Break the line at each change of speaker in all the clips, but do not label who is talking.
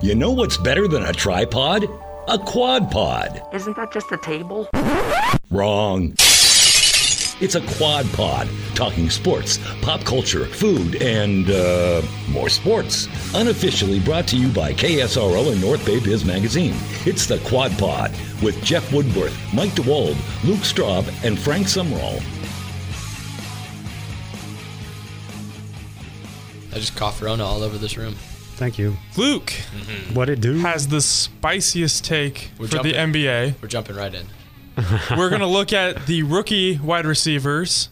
You know what's better than a tripod? A quad pod.
Isn't that just a table?
Wrong. It's a quad pod, talking sports, pop culture, food, and uh, more sports. Unofficially brought to you by KSRO and North Bay Biz Magazine. It's the Quad Pod with Jeff Woodworth, Mike DeWald, Luke Straub, and Frank Sumrall.
I just coughed Rona all over this room.
Thank you.
Luke
What it do?
has the spiciest take
We're
for
jumping.
the NBA.
We're jumping right in.
We're going to look at the rookie wide receivers.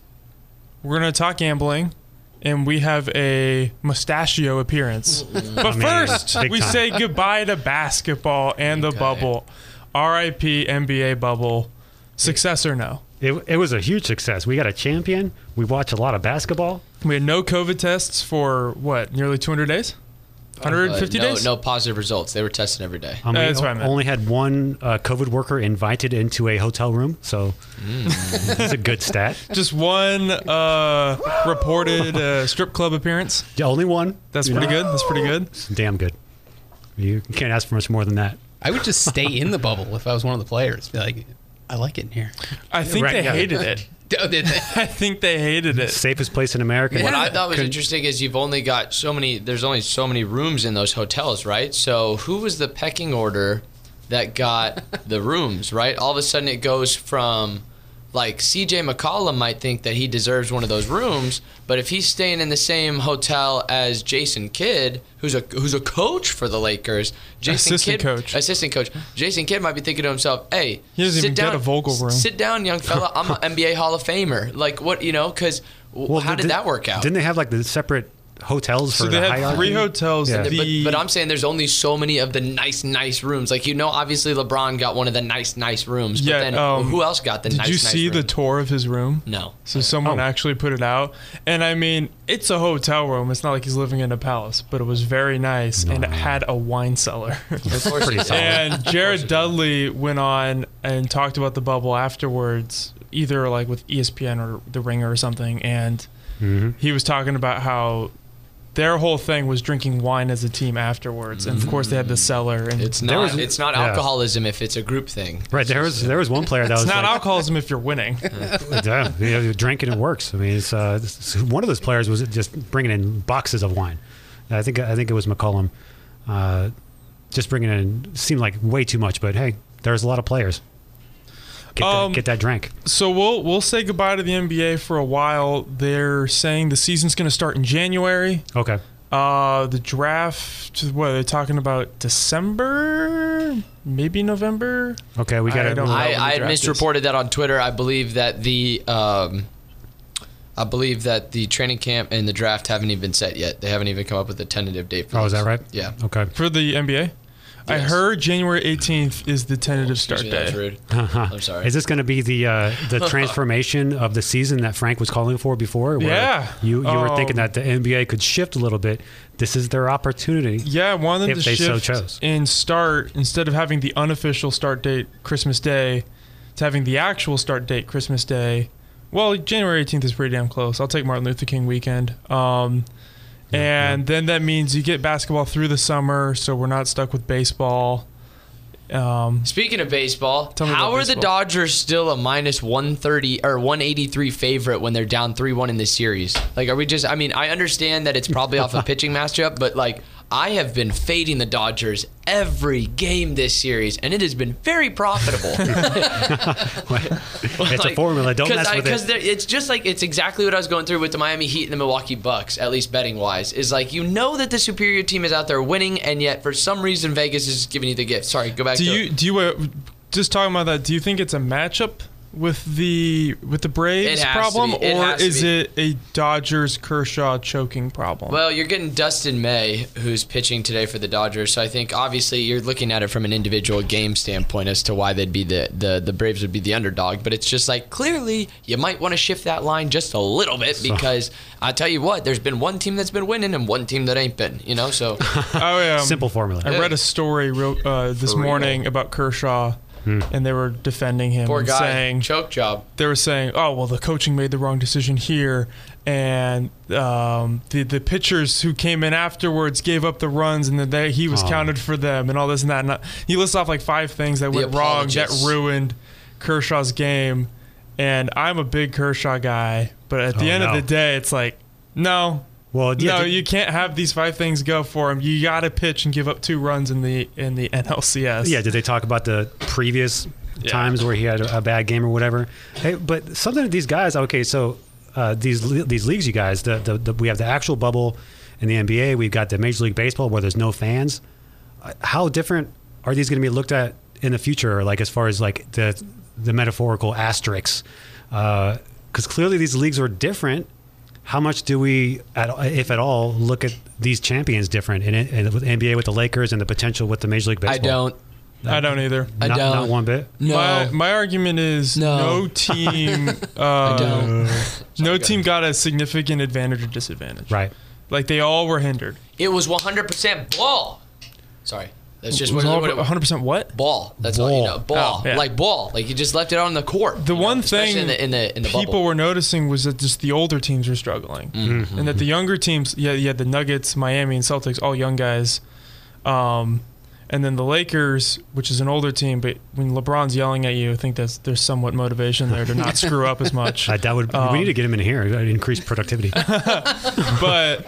We're going to talk gambling. And we have a mustachio appearance. But
mean,
first,
big
we
time.
say goodbye to basketball and the
Okay.
bubble. RIP NBA bubble. Success or no?
It, it was a huge success. We got a champion. We watch a lot of basketball.
We had no COVID tests for what, nearly 200 days? 150
uh, no,
days?
No positive results. They were testing every day.
Um,
Uh,
we
that's what I
o-
meant.
only had one uh, COVID worker invited into a hotel room, so
Mm.
it's a good stat.
Just one uh, reported uh, strip club appearance.
Yeah, only one.
That's
you know?
pretty good. That's pretty good.
Damn good. You can't ask for much more than that.
I would just stay in the bubble if I was one of the players. Be like, I like it in here.
I think
Right,
they
yeah.
hated it.
Oh, did they?
I think they hated it.
Safest place in America.
What I thought was interesting is you've only got so many. There's only so many rooms in those hotels, right? So who was the pecking order that got the rooms, right? All of a sudden, it goes from like CJ McCollum might think that he deserves one of those rooms, but if he's staying in the same hotel as Jason Kidd, who's a who's a coach for the Lakers, Jason
Assistant
Kidd,
coach.
assistant coach, Jason Kidd might be thinking to himself, "Hey,
He doesn't
sit
even get
down,
a Vogel room."
Sit down, young fella. I'm an NBA Hall of Famer. Like what you know? Because how did,
di-
that work out?
Didn't they have like the separate hotels for
So
the
they had
hierarchy?
three hotels.
Yeah.
But,
The,
but I'm saying there's only so many of the nice, nice rooms. Like you know, obviously LeBron got one of the nice, nice rooms. But
Yeah,
then
um,
who else got the
did
nice?
you
nice
see the
room?
tour of his room?
no.
So someone
Oh.
actually put it out, and I mean, it's a hotel room. It's not like he's living in a palace, but it was very nice, and it had a wine cellar.
Of course
pretty
he did.
solid.
and Jared Dudley went on and talked about the bubble afterwards, either like with E ESPN or The Ringer or something, and he was talking about how their whole thing was drinking wine as a team afterwards, and of course they had the cellar, and
It's
There
not.
was-
it's not
yeah.
alcoholism if it's a group thing.
Right there was there was one player that was
it's not
like,
alcoholism if you're winning.
Damn, you know, you drink and it works. I mean, it's, uh, this- one of those players was just bringing in boxes of wine. I think I think it was McCollum, uh, just bringing in seemed like way too much. But hey, there's a lot of players. Get,
Um,
that, get that drink.
So we'll we'll say goodbye to the NBA for a while. They're saying the season's going to start in January.
Okay,
Uh, the draft. What are they talking about? December, maybe November.
okay, we got
I
it.
don't-
I,
when the
I had
draft is.
misreported that on Twitter. I believe that the. Um, I believe that the training camp and the draft haven't even been set yet. They haven't even come up with a tentative date. For
Oh, is
those.
that right?
Yeah.
Okay.
for the NBA. I
Yes. Oh,
heard January 18th is the tentative start
Excuse me, that was
day.
rude. I'm sorry.
Uh-huh. Is this going to be the uh, the transformation of the season that Frank was calling for before? where
Yeah.
You you were
Um,
thinking that the NBA could shift a little bit. This is their opportunity.
Yeah, I wanted
If
to
they
shift
so chose.
and start instead of having the unofficial start date Christmas Day to having the actual start date Christmas Day. Well, January 18th is pretty damn close. I'll take Martin Luther King weekend. Um, and then that means you get basketball through the summer, so we're not stuck with baseball. Um,
Speaking of baseball,
me
how
about
are the
baseball.
Dodgers still a minus 130 or 183 favorite when they're down 3 1 in this series? Like, are we just, I mean, I understand that it's probably off a pitching matchup, but like, I have been fading the Dodgers every game this series, and it has been very profitable.
It's a formula. Don't mess with
Because
it.
it's just like, it's exactly what I was going through with the Miami Heat and the Milwaukee Bucks, at least betting wise, is like, you know that the superior team is out there winning, and yet for some reason, Vegas is giving you the gift. Sorry, go back
do
to
you do you uh, just talking about that? Do you think it's a matchup with the with the Braves
It has to
problem,
be. It
or
has to
is
be.
it a Dodgers Kershaw choking problem?
Well, you're getting Dustin May, who's pitching today for the Dodgers. So I think obviously you're looking at it from an individual game standpoint as to why they'd be the the, the Braves would be the underdog. But it's just like clearly you might want to shift that line just a little bit because I tell you what, there's been one team that's been winning and one team that ain't been. You know, so
I, um,
Simple formula.
I read a story real, uh, this morning about Kershaw
Hmm.
and they were defending him,
Poor
and
guy.
saying
Choke job.
they were saying, "Oh well, the coaching made the wrong decision here," and um, the the pitchers who came in afterwards gave up the runs, and then they, he was
Oh.
counted for them, and all this and that. And I- he lists off like five things that
The
went wrong that
apologists.
ruined Kershaw's game. And I'm a big Kershaw guy, but at the
Oh,
end
no.
of the day, it's like, no,
Well, yeah,
no,
the-
you can't have these five things go for him. You got to pitch and give up two runs in the in the NLCS.
Yeah, did they talk about the previous times where he had a, a bad game or whatever? Hey, but something that these guys, okay, so uh, these le- these leagues, you guys, the, the, the we have the actual bubble in the NBA. We've got the Major League Baseball where there's no fans. Uh, How different are these going to be looked at in the future? Like as far as like the the metaphorical asterisks, because clearly these leagues are different. How much do we, at, if at all, look at these champions different? And, it- and with NBA with the Lakers and the potential with the Major League Baseball.
I don't.
I don't either.
I
not,
don't.
not one bit.
No.
My, my argument is
No.
no, team. Uh,
don't.
No team got a significant advantage or disadvantage.
Right.
Like they all were hindered.
it was 100% ball. Sorry. That's just
It
what,
was all
what it
100% what?
Ball. That's all you
Ball.
know. Ball.
Oh, yeah.
Like ball. Like you just left it on the court.
The
you know,
one
especially
thing
in the in the, in the
people
bubble. Mm-hmm.
were noticing was that just the older teams were struggling, and that the younger teams, yeah, yeah, the Nuggets, Miami, and Celtics, all young guys, um, and then the Lakers, which is an older team, but when LeBron's yelling at you, I think that's there's somewhat motivation there to not screw up as much.
Uh, that would
Um,
we need to get him in here. That'd Increase productivity.
But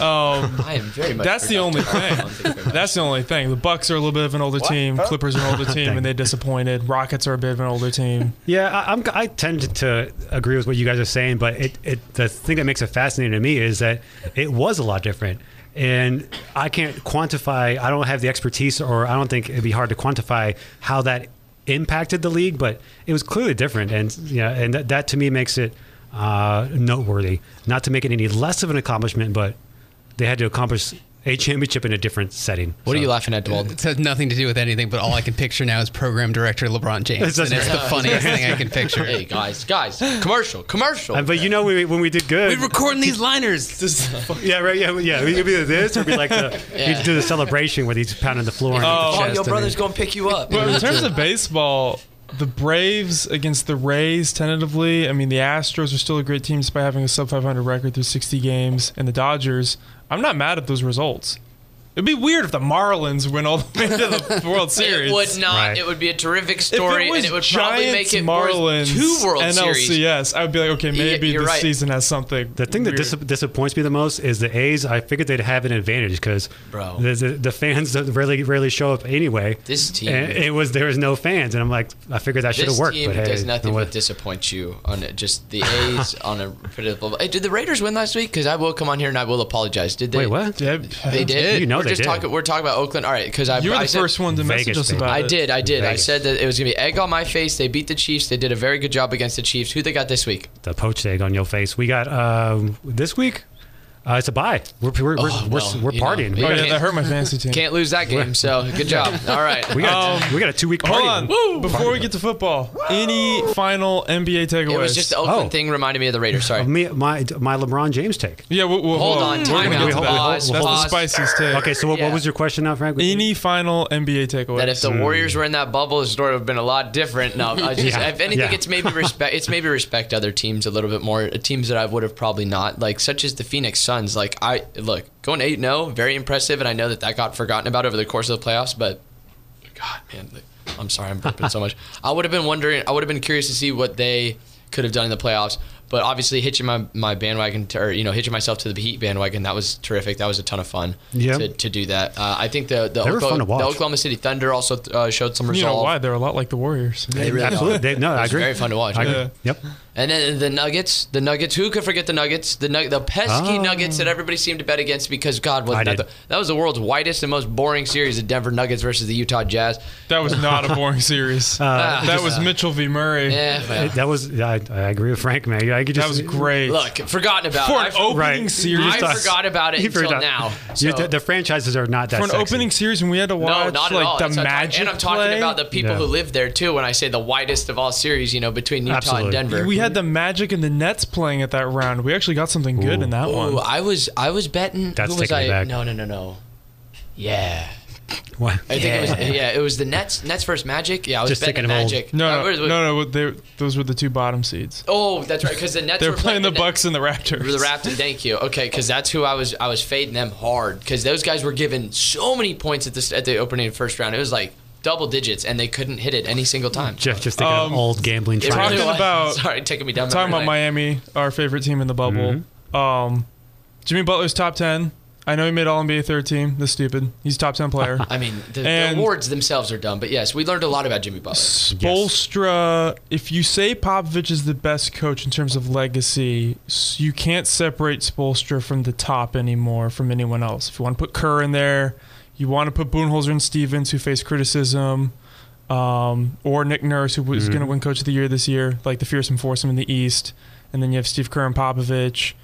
um,
I am very much.
That's the only
productive. I don't
thing.
think very much.
That's the only thing. The Bucks are a little bit of an older team. Clippers are an older team, and they disappointed. Rockets are a bit of an older team.
yeah, I, I'm, I tend to, to agree with what you guys are saying, but it, it the thing that makes it fascinating to me is that it was a lot different, and I can't quantify. I don't have the expertise, or I don't think it'd be hard to quantify how that impacted the league, but it was clearly different, and yeah, and that, that to me makes it uh, noteworthy. Not to make it any less of an accomplishment, but they had to accomplish a championship in a different setting.
What are
So-
you laughing at, Dwald?
It has nothing to do with anything, but all I can picture now is program director LeBron James,
That's-
and it's the
that's-
funniest thing I can picture.
Hey guys, guys, commercial, commercial.
Uh, But you know, we, when we did good,
We recording these liners. This is-
Yeah, right. Yeah, yeah. We could be this, or be like the
Yeah.
we do the celebration where he's pounding the floor. and
Oh.
the
oh,
chest
your
and
brother's
then-
gonna pick you up.
But in terms of baseball, the Braves against the Rays, tentatively. I mean, the Astros are still a great team despite having a sub 500 record through 60 games, and the Dodgers. I'm not mad at those results. It'd be weird if the Marlins win all the way to the World Series.
It would not.
Right.
It would be a terrific
If
story,
it was
and it would probably
Giants,
make it
Marlins,
worth two World
NLCS,
Series.
I would be like, okay, maybe
you're
this
right.
season has something.
The thing that
weird.
dis- disappoints me the most is the A's. I figured they'd have an advantage because
Bro.
the, the, the fans don't rarely rarely show up anyway.
This team-
and it was there was no fans, and I'm like, I figured that should have
This
worked.
team
but hey,
does nothing
no way.
but disappoint you on it. Just the A's on a predictable. Hey, did the Raiders win last week? Because I will come on here and I will apologize. Did they?
Wait, what?
Yeah,
They did.
You know
we're
they
just
did.
Talking, we're talking about Oakland. All right, because I
You were
I
the
said-
first one to
Vegas
message us
thing.
about
I
it.
I did. I did. I
Vegas.
said that it was gonna be egg on my face. They beat the Chiefs. They did a very good job against the Chiefs. Who they got this week?
The poached egg on your face. We got um, this week. Uh, it's a bye. We're we're, we're,
Oh,
we're,
well,
we're
you know,
partying. we,
Oh
got,
yeah, that hurt my fantasy team.
Can't lose that game. So good job. All right.
we got
Oh.
we got a two week party.
Hold on. Before we get to football, any final NBA takeaways?
It was just the Oakland
Oh.
thing reminded me of the Raiders. Sorry.
Me, my my LeBron James take.
yeah, we'll, we'll,
Hold
we'll-
on,
we're
time
gonna
out,
get to that.
pause,
That's
pause.
the spiciest take.
Okay, so what,
Yeah.
what was your question now, Frank?
Any final NBA takeaways?
That if the Warriors were in that bubble, the story would have been a lot different. No, I just,
Yeah,
if anything,
yeah.
it's maybe respect. It's maybe respect other teams a little bit more. Teams that I would have probably not like, such as the Phoenix Suns. Like I look going eight 0 very impressive, and I know that that got forgotten about over the course of the playoffs. But God, man, like, I'm sorry, I'm burping so much. I would have been wondering. I would have been curious to see what they could have done in the playoffs. But obviously, hitching my, my bandwagon, to, or you know, hitching myself to the Heat bandwagon, that was terrific. That was a ton of fun
Yeah.
to, to do that. Uh, I think the the,
They were fun to
Oklahoma,
watch.
the Oklahoma City Thunder also uh, showed some
you
resolve.
know why they're a lot like the Warriors.
They really
Absolutely.
are.
They- no, I
It's
agree.
very fun to watch.
I agree.
Yeah.
Yep.
And then the Nuggets, the Nuggets. Who could forget the Nuggets? The nug- the pesky
Ah.
Nuggets that everybody seemed to bet against because God
I
was that,
did.
the, that was the world's whitest and most boring series: the Denver Nuggets versus the Utah Jazz.
That was not a boring series.
Ah,
that
just-
was Mitchell v. Murray.
Yeah, Eh, well,
That was. I, I agree with Frank, man. I could just,
That was great.
look, forgotten about.
For an
I for-
opening
Right.
series,
I forgot about it
You
until
forgot.
now,
You-
so-
the, the franchises are not that.
for an
sexy.
opening series, when we had to
no,
watch
not at
like
all.
the
That's what I'm talking-
Magic
and I'm talking
play,
about the people
Yeah.
who live there too. When I say the whitest of all series, you know, between Utah
Absolutely.
and Denver.
We had the Magic and the Nets playing at that round. We actually got something good in that
Ooh,
one.
I was I was betting.
That's
who was
taking
I?
me back.
No, no, no, no. Yeah,
What?
I think it was yeah, it was the Nets Nets versus Magic. Yeah, I was
Just
betting
thinking of old-
Magic. Uh,
No,
what
no,
is-
no,
what-
no. what They, those were the two bottom seeds.
Oh, that's right, because the Nets
They
were
were playing the Bucks and the Raptors.
The Raptors, thank you. Okay, because that's who I was. I was fading them hard because those guys were given so many points at this at the opening of the first round. It was like double digits, and they couldn't hit it any single time.
Jeff just thinking of
Um,
old gambling
It
trials.
Talking
was.
about-
sorry, taking me down.
Talking about
memory lane.
Miami, our favorite team in the bubble. Um, Jimmy Butler's top ten. I know he made All NBA third team. That's stupid. He's top ten player.
I mean, the,
And-
the awards themselves are dumb, but yes, we learned a lot about Jimmy Butler.
Spolstra, if you say Popovich is the best coach in terms of legacy, s- you can't separate Spolstra from the top anymore from anyone else. If you want to put Kerr in there, you want to put Boonholzer and Stevens, who face criticism, um, or Nick Nurse, who was going to win Coach of the Year this year, like the fearsome foursome in the East, and then you have Steve Kerr and Popovich.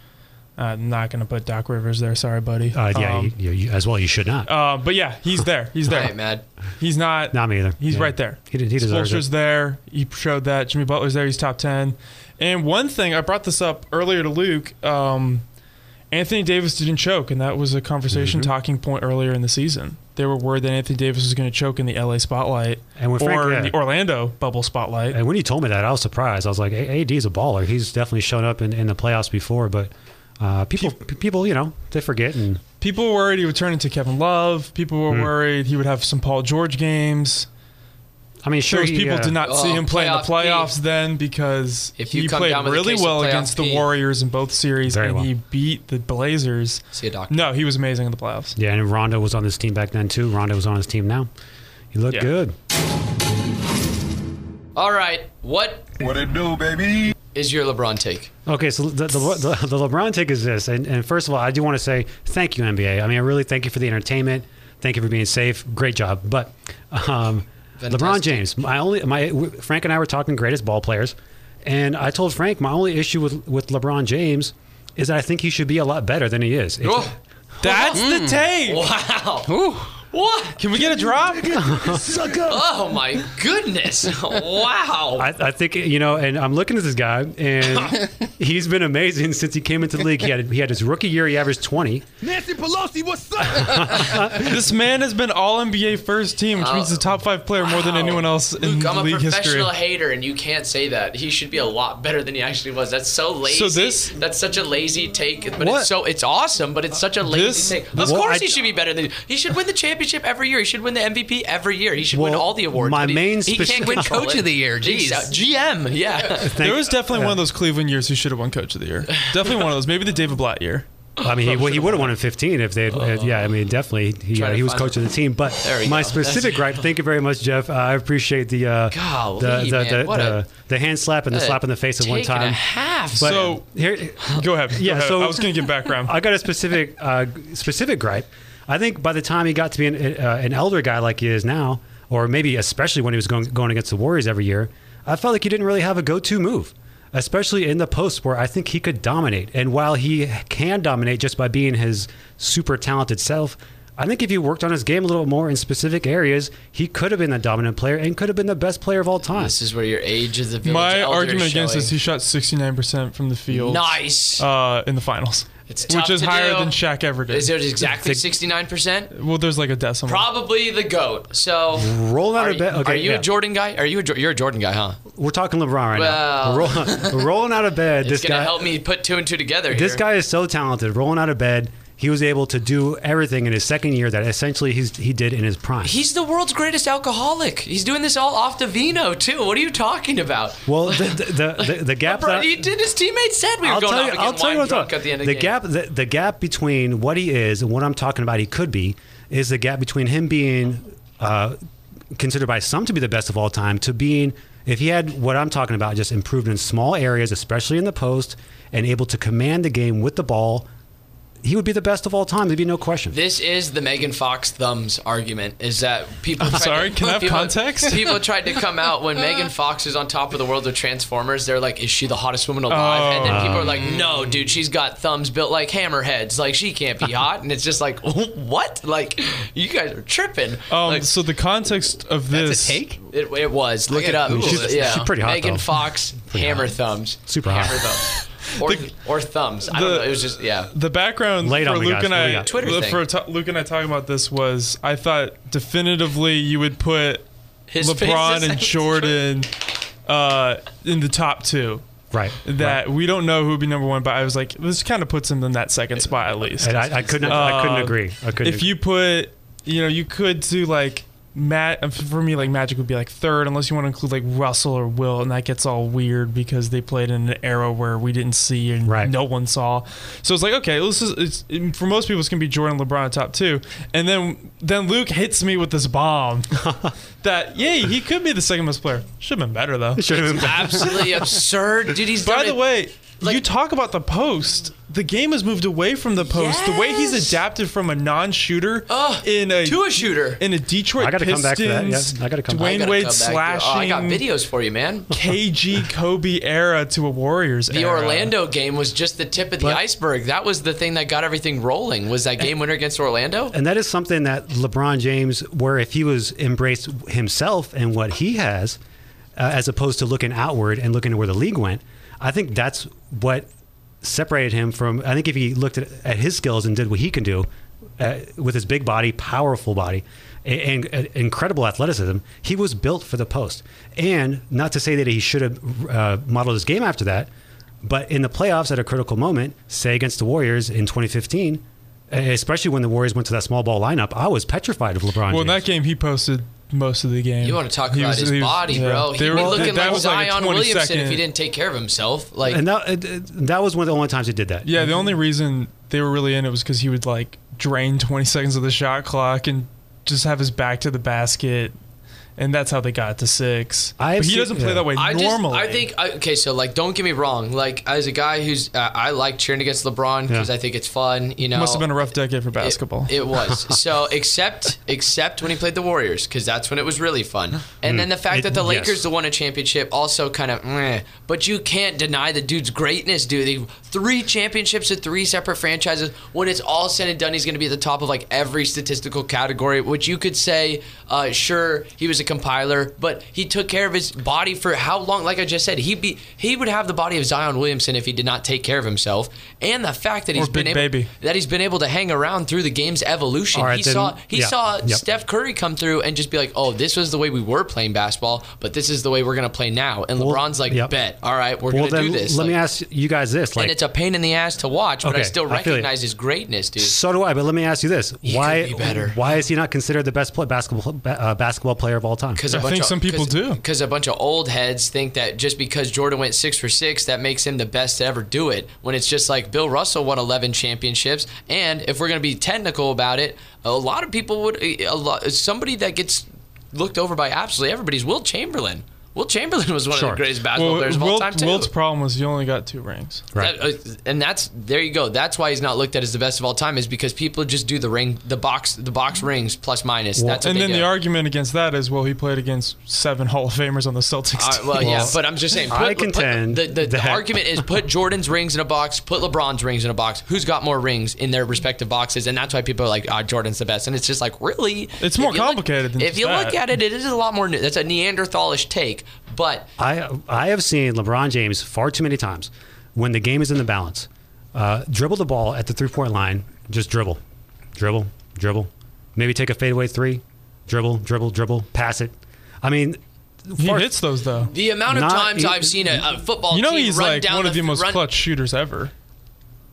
Uh, I'm not going to put Doc Rivers there. Sorry, buddy.
Uh, yeah,
Um,
you, you, you- as well. You should not.
uh, but yeah, he's there. He's
I
there.
ain't mad.
He's not.
not me either.
He's
Yeah.
right there.
He, did- he deserves
Spoelstra's
it.
there. He showed that. Jimmy Butler's there. He's top 10. And one thing, I brought this up earlier to Luke. Um, Anthony Davis didn't choke, and that was a conversation
Mm-hmm.
talking point earlier in the season. They were worried that Anthony Davis was going to choke in the LA spotlight
And
or
with Frank-
in
yeah.
the Orlando bubble spotlight.
And when you told me that, I was surprised. I was like, "A- "AD is a baller. He's definitely shown up in, in the playoffs before." But uh, people, pe- people, you know, they forget. And
People were worried he would turn into Kevin Love. People
Mm-hmm.
were worried he would have some Paul George games.
I mean, sure,
Those
he,
people
uh,
did not see
Oh,
him play in the
playoff P.
playoffs then because
If you
he
come
played
down with a
really
case of
well
playoff
against the
P.
Warriors in both series
Very
and
well.
he beat the Blazers.
See a doctor.
No, he was amazing in the playoffs.
Yeah, and Rondo was on this team back then too. Rondo was on his team now. He looked
Yeah.
good.
All right, what
What it do, baby?
is your LeBron take?
Okay, so the, the, the, the LeBron take is this. And, and first of all, I do want to say thank you, NBA. I mean, I really thank you for the entertainment. Thank you for being safe. Great job. But um, LeBron
Fantastic.
James, my only, my w- Frank and I were talking greatest ball players. And I told Frank my only issue with, with LeBron James is that I think he should be a lot better than he is. It's-
Oh,
That's
Hmm.
the take.
wow. What?
Can we get a drop?
Oh my goodness! Wow.
I, I think you know, and I'm looking at this guy, and he's been amazing since he came into the league. He had he had his rookie year, he averaged 20.
Nancy Pelosi, what's up?
this man has been all NBA first team, which means he's a top five player more than
Wow.
anyone else in
Luke, I'm a
league history.
professional hater, and you can't say that. He should be a lot better than he actually was. That's so lazy.
So this-
that's such a lazy take. But
What?
it's so it's awesome. But it's such a lazy
This-
take. Of
this-
course,
Well, I-
he should be better than he should win the championship every year. He should win the MVP every year. He should win
Well,
all the awards.
my
but he,
main
he can't
speci-
win
Coach of the year,
Jeez,
jeez.
uh, GM. Yeah.
There was definitely one of those Cleveland years who should have won Coach of the Year. Definitely one of those. Maybe the David Blatt year.
I mean, he, well, he would have won in 15 if they. had uh, yeah, I mean, definitely he, uh,
Trying to
he was
find-
coach of the team. But
There we
my
go.
specific gripe. Thank you very much, Jeff. Uh, I appreciate the uh,
Golly,
the the,
man,
the,
what a-
the, the hand slap and the
what a
slap in the face at one
take and a
time.
half.
But
So-
here,
Go ahead.
Yeah,
Yeah,
so-
I was going to get background.
I got a specific uh, specific gripe. I think by the time he got to be an, uh, an elder guy like he is now, or maybe especially when he was going going against the Warriors every year, I felt like he didn't really have a go-to move, especially in the post where I think he could dominate. And while he can dominate just by being his super talented self. I think if he worked on his game a little more in specific areas, he could have been the dominant player and could have been the best player of all time.
this is where your age is the village
My
elder
argument
is
against
showing.
this, he shot 69% from the field.
Nice.
Uh, in the finals,
It's tough
which is
to
higher
do.
than Shaq ever did.
is there exactly 69 percent?
well, there's like a decimal.
Probably the goat. So
Roll out
are,
of bed. Okay,
are you
yeah.
a Jordan guy? Are you a, Jo- you're a Jordan guy, huh?
We're talking LeBron right
Well.
now. Roll, rolling out of bed.
It's
this
gonna
guy
help me put two and two together.
This
here.
guy is so talented. Rolling out of bed, he was able to do everything in his second year that essentially he's, he did in his prime.
He's the world's greatest alcoholic. He's doing this all off the vino too. What are you talking about?
well, the the, the, the, the gap
Bro,
that
he did. His teammates said we were
I'll
going
tell
off
you,
again.
I'll tell you
wine
what's
drunk
up.
at the end of
the
game.
gap the, the gap between what he is and what I'm talking about he could be is the gap between him being uh, considered by some to be the best of all time to being if he had what I'm talking about just improved in small areas, especially in the post, and able to command the game with the ball, he would be the best of all time. There'd be no question.
This is the Megan Fox thumbs argument. Is that people? tried
sorry,
To,
can I have
people-
context?
People tried to come out when Megan Fox is on top of the world of Transformers. They're like, "Is she the hottest woman alive?" and then people are like,
Oh.
"No, dude, she's got thumbs built like hammerheads. Like she can't be hot." And it's just like, "What? Like you guys are tripping."
Um,
Like,
so the context of
That's
this
a take?
It, it was. Look
gotta
it up.
Google She's- this
yeah.
she's pretty hot,
Megan
though.
Fox, hammer thumbs.
Super hot.
hammer thumbs. or, or thumbs. I don't
the-
know. It was just yeah.
The background
Late
for
on me,
Luke
guys.
and
What do we
I,
got?
Twitter
the-
thing.
for ta- Luke and I talking about this was I thought definitively you would put
His face
LeBron
is-
and Jordan uh, in the top two.
Right.
That we don't know who would be number one, but I was like, this kind of puts him in that second spot at least.
And I, I couldn't. I couldn't
Uh,
agree. I couldn't.
If you put, you know, you could do like Matt. For me, like Magic would be like third, unless you want to include like Russell or Will, and that gets all weird because they played in an era where we didn't see and
Right.
no one saw. So it's like okay, well, this is it's, for most people it's gonna be Jordan, LeBron at top two, and then then Luke hits me with this bomb that yay he could be the second best player. Should have been better though.
should have been.
Absolutely absurd, dude. He's
By
done
the
it-
way,
like-
you talk about the post. The game has moved away from the post. The way he's
Yes.
adapted from a non-shooter
Ugh,
in a
to a shooter.
in a Detroit
I gotta come
Pistons.
back to that, yeah. I gotta come back.
I
Dwayne
gotta
Wade
come back, dude.
slashing.
Oh, I got videos for you, man.
KG Kobe era to a Warriors
The
era.
Orlando game was just the tip of the
But-
iceberg. That was the thing that got everything rolling. Was that game winner against Orlando?
And that is something that LeBron James, where if he was embraced himself and what he has, uh, as opposed to looking outward and looking at where the league went, I think that's what separated him from. I think if he looked at, at his skills and did what he can do uh, with his big body, powerful body, and, and, uh, incredible athleticism, he was built for the post. And not to say that he should have uh, modeled his game after that, but in the playoffs at a critical moment, say against the Warriors in 2015, especially when the Warriors went to that small ball lineup, I was petrified of LeBron.
Well,
James.
in that game he posted most of the game.
You want to talk
He
about
was-
his
he was-
body,
yeah.
bro? He'd
They
be
were-
looking
that
like
was like a
Zion
20
Williamson if he
second-
didn't take care of himself. Like
and that, uh, uh, that was one of the only times he did that.
Yeah, the
Mm-hmm.
only reason they were really in it was because he would like drain 20 seconds of the shot clock and just have his back to the basket, and that's how they got to six.
I have
but he
seen-
doesn't play
yeah.
that way
I
normally.
Just, I think I- okay, so like, don't get me wrong. Like, as a guy who's, uh, I like cheering against LeBron because
Yeah.
I think it's fun. You know,
it must have been a rough decade for
It-
basketball.
It, was so except except when he played the Warriors because that's when it was really fun. And then the fact
Mm.
It-
that the
yes.
Lakers won a championship also kind of, meh. but you can't deny the dude's greatness, dude. He, three championships at three separate franchises. When it's all said and done, he's going to be at the top of like every statistical category, which you could say, uh, sure, he was a compiler, but he took care of his body for how long? Like I just said, he be he would have the body of Zion Williamson if he did not take care of himself, and the fact that he's been
Big
able
Baby.
that he's been able to hang around through the game's evolution.
All right,
he
then-
saw he
yeah,
saw
yep.
Steph Curry come through and just be like, "Oh, this was the way we were playing basketball, but this is the way we're going to play now." And LeBron's like,
yep.
"Bet, all right, we're
Well,
going to
then
do this."
let me
Like,
ask you guys this:
and
like,
it's a pain in the ass to watch, but I
Okay,
still
I feel you.
recognize his greatness, dude.
so do I. But let me ask you this: why
could be better.
why is he not considered the best play, basketball ba- uh, basketball player of all time?
Because
I think some people do.
Because a bunch of old heads think that just because Jordan went six for six, that makes him the best to ever do it. When it's just like Bill Russell won 11 championships, and if we're going to be technical about it, a lot of people would. A lot, somebody that gets looked over by absolutely everybody's Will Chamberlain. Will Chamberlain was one of
Sure.
the greatest basketball
well,
players of all
Wilt,
time too.
Wilt's problem was he only got two rings.
Right.
That- uh, and that's there you go. That's why he's not looked at as the best of all time is because people just do the ring, the box, the box rings plus minus. that's what
and
they
then
do.
the argument against that is, well, he played against seven Hall of Famers on the Celtics.
All right, well,
team.
yeah, but uh, I'm just saying. Put,
I
put-
contend
the, the, the
that-
argument is put Jordan's rings in a box, put LeBron's rings in a box. Who's got more rings in their respective boxes? And that's why people are like, ah, Jordan's the best. And it's just like, really?
It's
If
more
you look-
complicated than
If
just
you
that.
look at it, it is a lot more. That's a Neanderthalish take, but
I I have seen LeBron James far too many times when the game is in the balance, uh, dribble the ball at the three point line, just dribble, dribble, dribble, maybe take a fadeaway three, dribble, dribble, dribble, pass it. I mean,
he
far-
hits those though.
the amount of
Not-
times
it-
I've seen a, a football
e-, You know
team
he's
run
like
down
one of the
f-
most
run-
clutch shooters ever.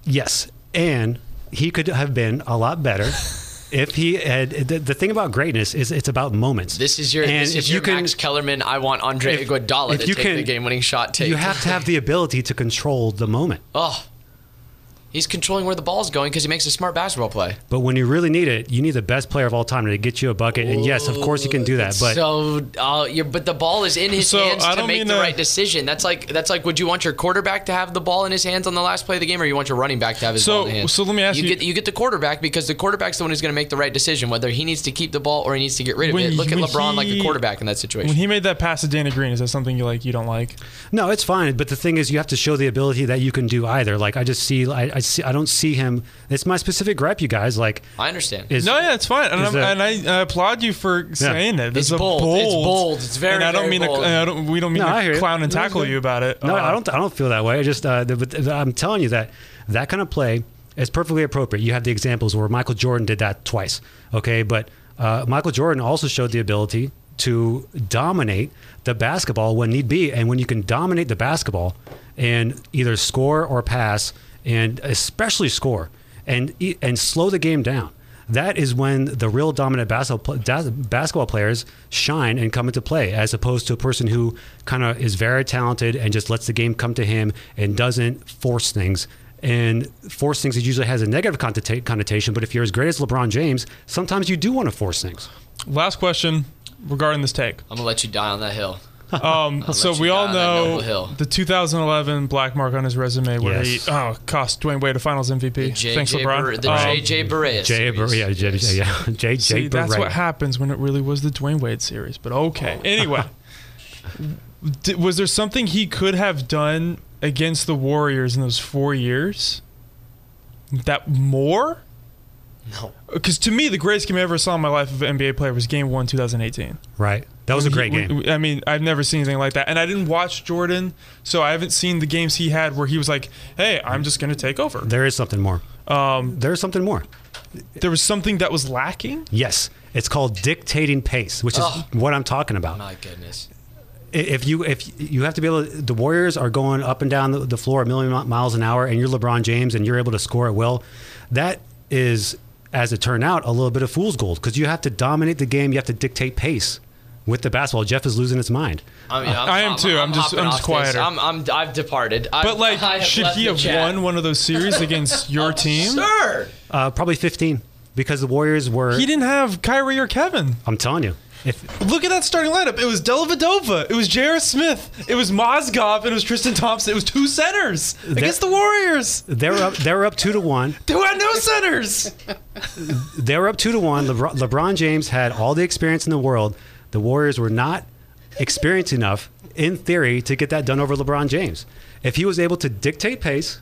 Yes, and he could have been a lot better if he had. The, the thing about greatness is it's about moments.
This is your,
And
this is
if
your Max Kellerman. I want Andre
if-
Iguodala
if
to
you
take the
can-
game-winning shot. Take.
you have to have the ability to control the moment.
Oh, he's controlling where the ball's going because he makes a smart basketball play.
But when you really need it, you need the best player of all time to get you a bucket. And yes, of course you can do that. But
so, uh, you're, but the ball is in his
So,
hands
I
to
don't
make
mean
the
to-
right decision. That's like that's like, would you want your quarterback to have the ball in his hands on the last play of the game, or you want your running back to have his
So-
ball in his hands?
so let me ask you-
get you get the quarterback because the quarterback's the one who's going to make the right decision, whether he needs to keep the ball or he needs to get rid of
When-
it. Look at
when
LeBron like the
he-
quarterback in that situation.
When he made that pass to Dana Green, is that something you like? You don't like?
no, it's fine. But the thing is, you have to show the ability that you can do either. Like I just see, I, I see, I don't see him. It's my specific gripe, you guys. Like,
I understand.
is
no, yeah, it's fine, and,
is
I'm,
that-
and I, I applaud you for saying it. This
It's
is a
bold. It's bold. It's very,
And I don't
very
mean to-
bold.
I don't. We don't mean
No, I hear
to
you.
clown and
No, it's
tackle
good.
you about it.
No,
Uh,
I don't. I don't feel that way. I just, uh, the, but the- I'm telling you that that kind of play is perfectly appropriate. You have the examples where Michael Jordan did that twice. Okay, but uh, Michael Jordan also showed the ability to dominate the basketball when need be, and when you can dominate the basketball and either score or pass, and especially score and e- and slow the game down. That is when the real dominant basketball, pl- da- basketball players shine and come into play, as opposed to a person who kind of is very talented and just lets the game come to him and doesn't force things. And force things it usually has a negative connota- connotation, but if you're as great as LeBron James, sometimes you do want to force things.
Last question regarding this take.
I'm gonna let you die on that hill.
Um,
I'll
so
let
we
you
all
die on that
know
noble hill.
the 2011 black mark on his resume where
Yes.
he oh, cost Dwayne Wade a Finals MVP.
J-
Thanks,
J-
LeBron.
Bur- the
Um,
JJ Barea.
Jay, Bur-
series.
yeah, Jay,
Yes.
yeah, Jay, Jay,
See, that's
Bur-
what happens when it really was the Dwayne Wade series. But
Oh.
okay. Anyway, D was there something he could have done against the Warriors in those four years? That more?
No.
Because to me, the greatest game I ever saw in my life of an NBA player was Game One, 2018.
right. That was a great
We-
game.
we- I mean, I've never seen anything like that, and I didn't watch Jordan, so I haven't seen the games he had where he was like, "Hey, I'm just going to take over."
there is something more.
Um,
There's something more.
there was something that was lacking.
Yes, it's called dictating pace, which is
Ugh.
what I'm talking about.
My goodness.
I- if you if you have to be able to, the Warriors are going up and down the, the floor a million mi- miles an hour, and you're LeBron James, and you're able to score at will, that is, as it turned out, a little bit of fool's gold because you have to dominate the game, you have to dictate pace with the basketball. Jeff is losing his mind.
I, mean, I'm,
I am too. I'm just-
hopping
I'm
off
just
this.
quieter.
I'm, I'm, I've departed. I've,
But like,
I have
should
left
he
the
have
chat. Oh,
won one of those series against your team?
Sure.
Uh, probably 15 because the Warriors were.
He didn't have Kyrie or Kevin.
I'm telling you, if
Look at that starting lineup. It was Dellavedova. It was J.R. Smith. It was Mozgov. And it was Tristan Thompson. It was two centers against the Warriors.
they're up, they're up two to one.
They had no centers.
they were up two to one. LeBron, LeBron James had all the experience in the world. The Warriors were not experienced enough, in theory, to get that done over LeBron James. If he was able to dictate pace,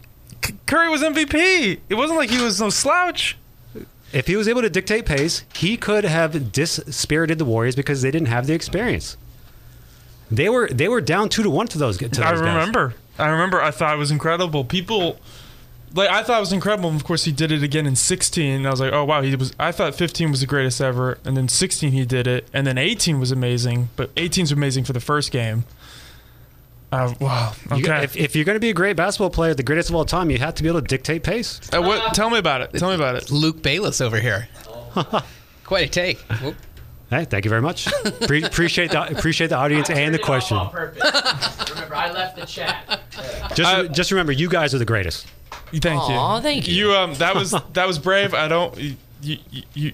Curry was MVP. It wasn't like he was no slouch.
if he was able to dictate pace, he could have dispirited the Warriors because they didn't have the experience. They were they were down two to one to those. To those
I
guys.
remember. I remember. I thought it was incredible. People, like, I thought it was incredible. Of course, he did it again in 16. And I was like, oh, wow. He was. I thought 15 was the greatest ever. And then 16, he did it. And then 18 was amazing. But 18's amazing for the first game. Uh, wow.
You-
Okay.
if, if you're going to be a great basketball player, the greatest of all time, you have to be able to dictate pace.
Uh, what, tell me about it. Tell me about it.
Luke Bayless over here. Quite a take. Whoop.
Hey, thank you very much. Pre- appreciate the appreciate the audience and the question.
Remember, I left the chat.
Just
I-
just remember, you guys are the greatest.
Thank
Aw,
you.
thank you.
You um, that was that was brave. I don't. You, you, you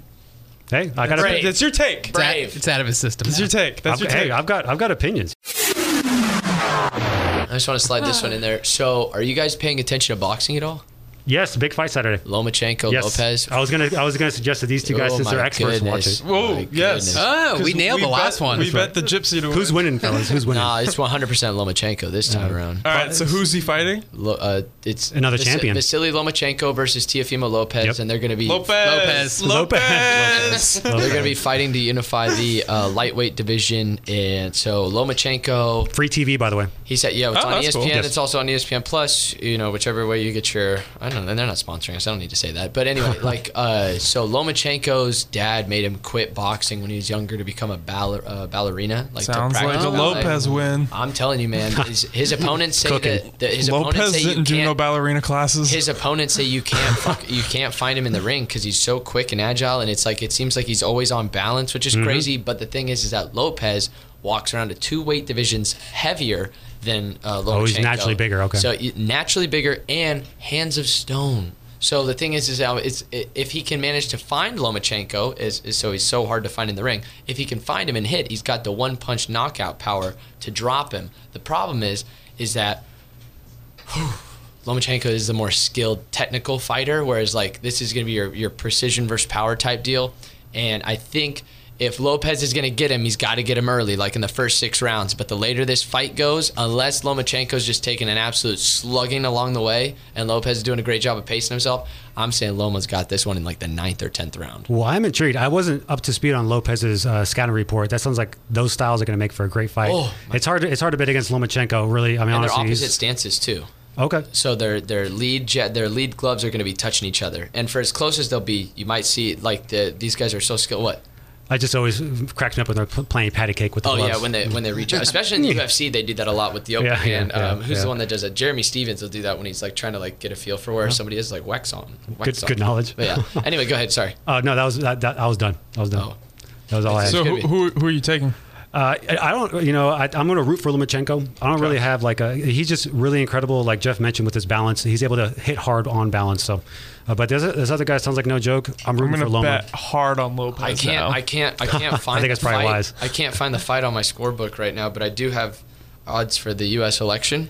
Hey, I got a,
Great.
that's your take.
Brave.
That's
That- It's out of his system. now.
your take.
I've,
That's your
hey,
take.
I've got I've got opinions.
I just want to slide this one in there. So, are you guys paying attention to boxing at all?
Yes, big fight Saturday.
Lomachenko,
Yes,
Lopez.
I was gonna I was gonna suggest that these two guys,
Oh,
since they're
my
experts,
goodness.
watch it.
Whoa!
My
yes.
goodness.
Oh, we
'Cause
nailed the last
bet-
one.
We
That's
bet the gypsy to win.
Who's winning, fellas? Who's winning?
Nah, Uh, it's 100% Lomachenko this time around.
All right. So who's he fighting?
Lo- uh, it's
Another
Vas-
champion.
Vasily Lomachenko versus Teofimo Lopez,
Yep.
and they're going to be
Lopez.
Lopez.
Lopez.
They're going to be fighting to unify the uh, lightweight division, and so Lomachenko,
Free TV, by the way.
he said, "Yeah, it's
Oh,
on E
that's
ESPN.
cool. Yes.
It's also on ESPN Plus. You know, whichever way you get your, I don't know. And they're not sponsoring us. I don't need to say that, but anyway, like, uh, so Lomachenko's dad made him quit boxing when he was younger to become a baller, uh, ballerina. Like to
Sounds like
practice
the
ballet.
Lopez win.
I'm telling you, man. His, his opponents say that, that his opponents
Lopez
say you
didn't do no
can't-
ballerina classes.
his opponents say you can't fuck, you can't find him in the ring because he's so quick and agile, and it's like it seems like he's always on balance, which is
Mm-hmm.
crazy. But the thing is, is that Lopez walks around to two weight divisions heavier than uh, Lomachenko.
Oh, he's naturally bigger, okay.
so you- naturally bigger and hands of stone. So the thing is, is that it's i- if he can manage to find Lomachenko, is, is so he's so hard to find in the ring. If he can find him and hit, he's got the one punch knockout power to drop him. The problem is, is that Lomachenko is the more skilled technical fighter, whereas like this is going to be your, your precision versus power type deal. And I think if Lopez is going to get him, he's got to get him early, like in the first six rounds. But the later this fight goes, unless Lomachenko's just taking an absolute slugging along the way and Lopez is doing a great job of pacing himself, I'm saying Loma's got this one in like the ninth or tenth round.
Well, I'm intrigued. I wasn't up to speed on Lopez's uh, scouting report. That sounds like those styles are going to make for a great fight.
Oh, my-
it's hard. To, it's hard to bet against Lomachenko. Really, I mean,
And they're
honestly,
opposite
he's-
stances, too.
okay.
so their their lead jet their lead gloves are going to be touching each other and for as close as they'll be you might see like the, these guys are so skilled what
I just always cracks me up when they're pl- playing patty cake with the
oh
gloves.
yeah when they when they reach out especially in the ufc they do that a lot with the open
Yeah, yeah,
hand
yeah,
um, who's
yeah.
the one that does that jeremy stevens will do that when he's like trying to like get a feel for where somebody is like wax on
Uh-huh. Good-
wax on.
good knowledge.
but yeah anyway go ahead sorry
Uh, no, that was that, that, I was done. I was done.
Oh.
That was all I had.
So
It's
who,
gonna
who, who are you taking?
Uh, I- I don't, you know, I, I'm going to root for Lomachenko. I don't really have like a. He's just really incredible, like Jeff mentioned, with his balance. He's able to hit hard on balance. So, uh, but this, this other guy sounds like no joke. I'm
I'm
rooting
gonna
for Loma.
bet hard on Lopez.
I can't.
now.
I can't. I can't find.
think
the
it's probably
fight.
wise.
I can't find the fight on my scorebook right now, but I do have odds for the U.S. election.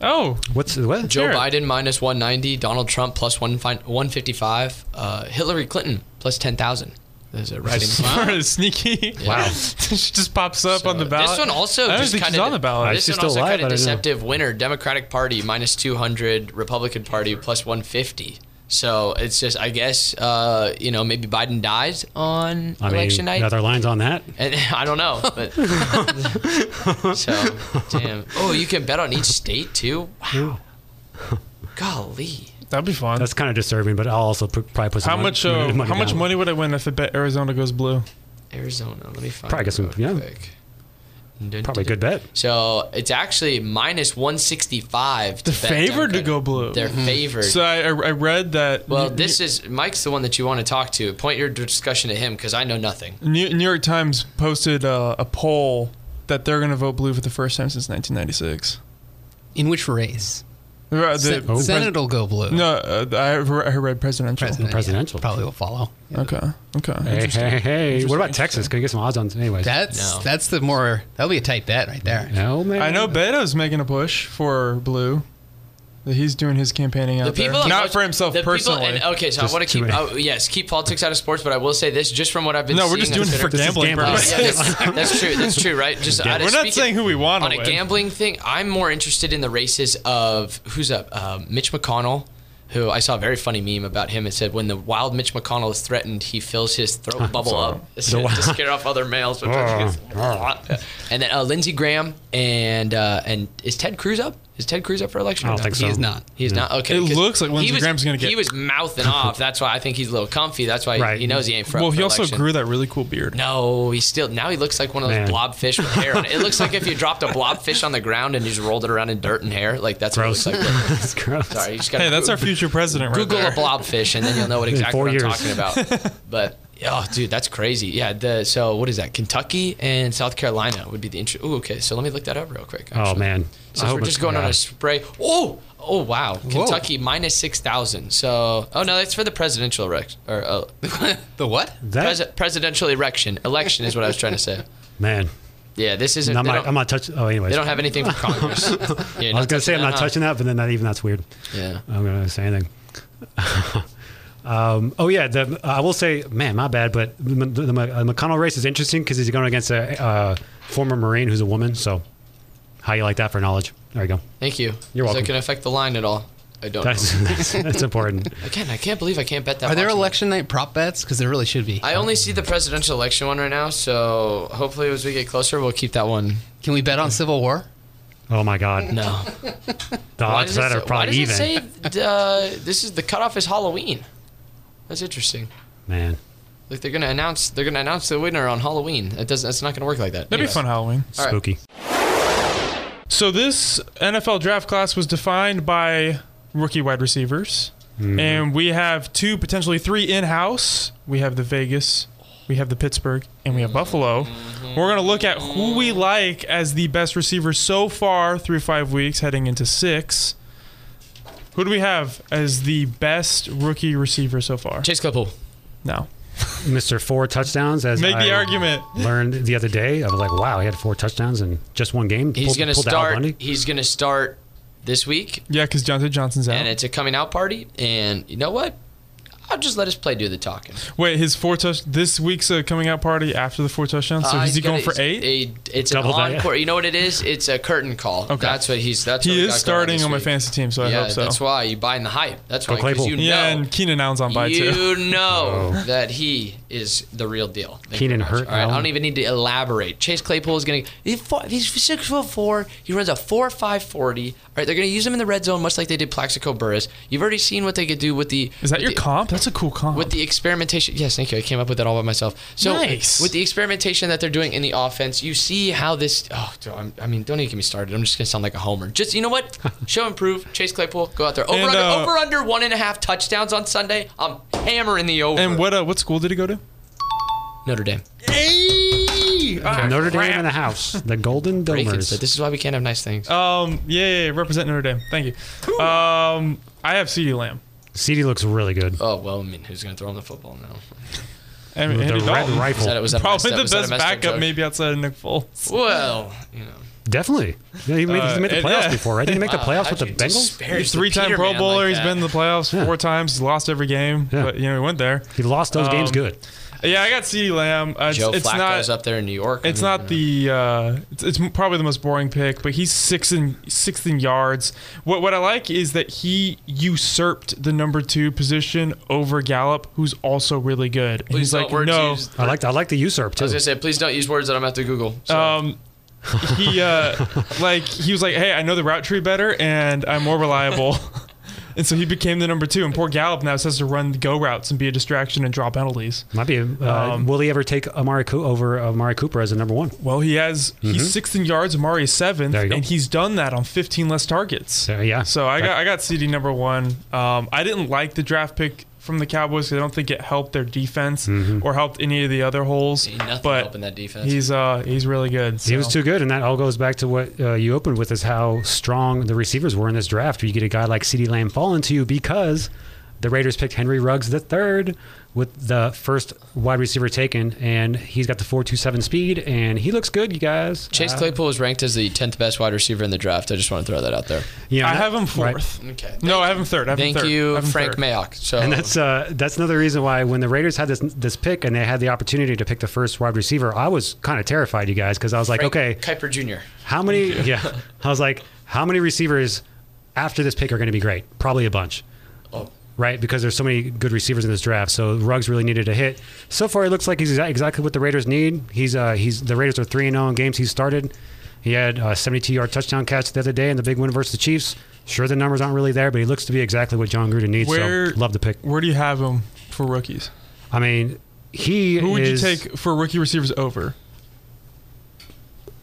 Oh,
What's what?
Joe
Sure.
Biden minus 190, Donald Trump plus one fi- 155, uh, Hillary Clinton plus 10,000. There's a writing.
Sorry, sneaky.
Wow.
she just pops up
So
on the ballot.
This one also
I don't
just
think
kind
she's
of
on the ballot.
This
She's
one
still
also
alive,
kind
I
of
don't know.
deceptive winner. Democratic Party minus 200, Republican Party plus 150. So it's just, I guess, uh, you know, maybe Biden dies on
I mean,
election night.
another lines on that.
And I don't know, but so damn. Oh, you can bet on each state too. Wow, golly.
That'd be fun.
That's kind of disturbing, but I'll also put, probably put some
how
mon-
much? Uh,
limited money
how much
down.
money would I win if I bet Arizona goes blue?
Arizona. Let me find.
Probably
it
get some-
real
yeah.
quick. Dun,
Probably a
dun,
good
dun.
bet.
So it's actually minus one sixty five.
They're favored to go blue.
They're
Mm-hmm.
favored.
So I, I I read that.
well,
New-
this is Mike's the one that you want to talk to. Point your discussion to him because I know nothing.
New, New York Times posted uh, a poll that they're going to vote blue for the first time since 1996.
In which race?
Uh,
Se-
the- pres-
Senate will go blue.
no, uh, I, re- I read presidential.
President, yeah.
Presidential.
probably will follow.
Okay. Okay.
Hey,
Interesting.
hey, hey! What about
Interesting.
Texas? Can you get some odds on? Anyways,
That's
No.
that's the more that'll be a tight bet right there.
no man.
I know Beto's making a push for blue. That he's doing his campaigning out
The people
there,
that
not
watch-
for himself
the people-
personally.
and- okay, so
Just
I want to
too
keep.
many.
Oh, yes, keep politics out of sports, but I will say this just from what I've been.
no, we're
seeing
just
on
doing it
Twitter.
for
This is
gambling
gambling.
Oh,
purposes.
yeah, that's, that's true. That's true, right? Just out of
We're not
speaking-
saying who we want
on
to
a
win.
gambling thing. I'm more interested in the races of who's up, uh, Mitch McConnell, who I saw a very funny meme about him. It said, "When the wild Mitch McConnell is threatened, he fills his throat bubble up to scare off other males."
Oh,
Sometimes he gets- and then uh, Lindsey Graham and uh, and is Ted Cruz up? Is Ted Cruz up for election?
I
or
don't
no?
think so.
He is not.
He's not okay.
It
'cause
looks like
he
Lindsey
was-
Graham's gonna get-
He was mouthing off. That's why I think he's a little comfy. That's why
Right.
he knows he ain't for
well,
for
he also
election.
grew that really cool beard.
No, he still now he looks like one of those
Man.
blobfish with hair on it. It looks like if you dropped a blobfish on the ground and you just rolled it around in dirt and hair. Like that's
gross.
what it looks like.
That's gross.
Sorry, you just got
Hey, that's our future president right
Google
there.
a blobfish and then you'll know what exactly
four
what I'm
years.
talking about. But oh, dude, that's crazy. Yeah. The so what is that? Kentucky and South Carolina would be the interest. Ooh, okay. So let me look that up real quick.
Oh
actually.
man. I
Since
hope
we're
it's-
just going on
yeah.
a spray. Oh, oh wow, Kentucky minus six thousand. So oh no, that's for the presidential election or uh,
The what?
That-
pres- presidential election. Election is what I was trying to say.
man.
Yeah, this isn't.
I'm
they
not,
don't-
I'm not touching. Oh, anyways.
They don't have anything for Congress.
I was gonna say I'm not touching that, but then not even that's weird.
Yeah.
I'm gonna say anything. um, oh yeah, the, I will say, man, my bad, but the, the, the uh, McConnell race is interesting because he's going against a uh, former Marine who's a woman. So, how you like that for knowledge? There you go.
Thank you.
You're
Is
welcome.
that going to affect the line at all? I don't. know.
That's that's, that's important.
Again, I can't believe I can't bet that.
Are there
much.
election night prop bets? Because there really should be.
I only see the presidential election one right now, so hopefully as we get closer, we'll keep that one.
Can we bet on Civil War?
Oh my God,
No.
the odds of that are
why
probably
does it
even.
say uh, this is the cutoff is Halloween? That's interesting.
man,
Like they're gonna announce they're gonna announce the winner on Halloween. It doesn't. It's not gonna work like that.
That'd be
Anyways.
fun Halloween.
All right.
spooky.
So this NFL draft class was defined by rookie wide receivers, and we have two, potentially three in house. We have the Vegas, we have the Pittsburgh, and we have Buffalo.
Mm-hmm.
We're gonna look at who we like as the best receiver so far through five weeks, heading into six. Who do we have as the best rookie receiver so far?
Chase Claypool.
No,
Mr. Four touchdowns as
make the
I
argument.
Learned the other day. I was like, wow, he had four touchdowns in just one game.
He's
Pulled-
gonna
pulled out
start.
Bundy.
He's gonna start this week.
Yeah, because Jonathan Johnson's out.
and it's a coming out party. And you know what? oh, just let us play do the talking.
Wait, his four touch this week's uh, coming out party after the four touchdowns. So
Uh,
is he
he's got
going
a-
for eight?
A, it's
Double
an
that.
encore. You know what it is? It's a curtain call.
Okay.
That's what he's. That's what
He
we
is
got going
starting
this
on my
week.
fantasy team, so I
yeah,
hope so.
that's why you buying the hype. That's
Go
why 'cause
Claypool.
you know.
yeah, and Keenan Allen's on by too.
you know that he is the real deal. Thank you
Keenan
very much.
Hurt
All right, I
Allen.
don't even need to elaborate. Chase Claypool is going to. He's, four, he's six foot four. He runs a four five forty. All right, they're going to use him in the red zone, much like they did Plaxico Burris. You've already seen what they could do with the.
Is that
with
your
the-
comp? That's a cool comp.
with the experimentation yes thank you i came up with that all by myself so
Nice.
with the experimentation that they're doing in the offense you see how this oh dude, I'm, i mean don't even get me started i'm just gonna sound like a homer just you know what show improve chase claypool go out there over
And,
under
uh,
over under one and a half touchdowns on sunday i'm hammering the over
and what uh, what school did he go to?
notre dame
Notre Dame in the house, the Golden
Breaking
Domers.
said, this is why we can't have nice things
Um, yeah, yeah, yeah, represent Notre Dame. Thank you. Um, I have CD Lamb.
CD looks really good.
oh well i mean who's gonna throw him the football now
And,
the
Andy
red
Dalton.
was that,
rifle,
was that a
Probably
messed up-
the
was that a
best
messed up
backup,
joke?
maybe outside of Nick Foles.
well you know
definitely. Yeah, he made,
Uh,
he made the
and-
playoffs
yeah.
before, right? Did he make the
Wow,
playoffs
how'd
with the
you
Bengals?
disparage
He's
the
three-time
Peter
Pro
man
Bowler.
like
He's
that?
been in the playoffs
Yeah.
four times. He's lost every game,
Yeah.
but you know he went there.
He lost those games
Um,
good.
Yeah, I got CD Lamb. Uh, it's,
Joe
it's
Flacco's
not.
up there in New York. I
It's
mean,
not the. Uh, it's, it's probably the most boring pick, but he's six in sixth in yards. What what I like is that he usurped the number two position over Gallup, who's also really good. And
Please
he's
don't
like,
words
no,
used-
I like the, I like the usurp
I
too.
was gonna say, please don't use words that I'm gonna have to Google. So.
Oh. um, he uh, like he was like, hey, I know the route tree better, and I'm more reliable. And so he became the number two, and poor Gallup now has to run go routes and be a distraction and draw penalties.
Might be. Uh,
um,
will he ever take Amari Coo- over Amari Cooper as a number one?
Well, he has he's sixth in yards, Amari is seventh,
Mm-hmm. There you go.
and he's done that on 15 less targets.
So, yeah.
So I got I got CD number one. Um, I didn't like the draft pick from the Cowboys. 'cause I don't think it helped their defense
Mm-hmm.
or helped any of the other holes.
Ain't nothing
But
helping that defense.
he's uh he's really good.
He
so.
was too good, and that all goes back to what uh, you opened with: is how strong the receivers were in this draft. You get a guy like Ceedee Lamb falling to you because the Raiders picked Henry Ruggs the third with the first wide receiver taken, and he's got the four two seven speed, and he looks good, you guys.
Chase
Uh,
Claypool was ranked as the 10th best wide receiver in the draft. I just want to throw that out there.
yeah,
I
that-
have him
right.
fourth.
Okay.
No, I have him third. I have him
Thank
third. I
you,
have him
Frank
third.
Mayock. So
And that's uh, that's another reason why when the Raiders had this this pick and they had the opportunity to pick the first wide receiver, I was kind of terrified, you guys, because I was like,
Frank
okay,
Kuiper Jr.
How many? Yeah, I was like, how many receivers after this pick are going to be great? Probably a bunch,
Oh,
right? Because there's so many good receivers in this draft. So Ruggs really needed a hit. So far, it looks like he's exa- exactly what the Raiders need. He's uh, he's the Raiders are three and zero in games he started. He had a 72-yard touchdown catch the other day in the big win versus the Chiefs. Sure, the numbers aren't really there, but he looks to be exactly what John Gruden needs.
Where-
so love the pick.
Where do you have him for rookies?
I mean, he
Who would
is-
you take for rookie receivers over?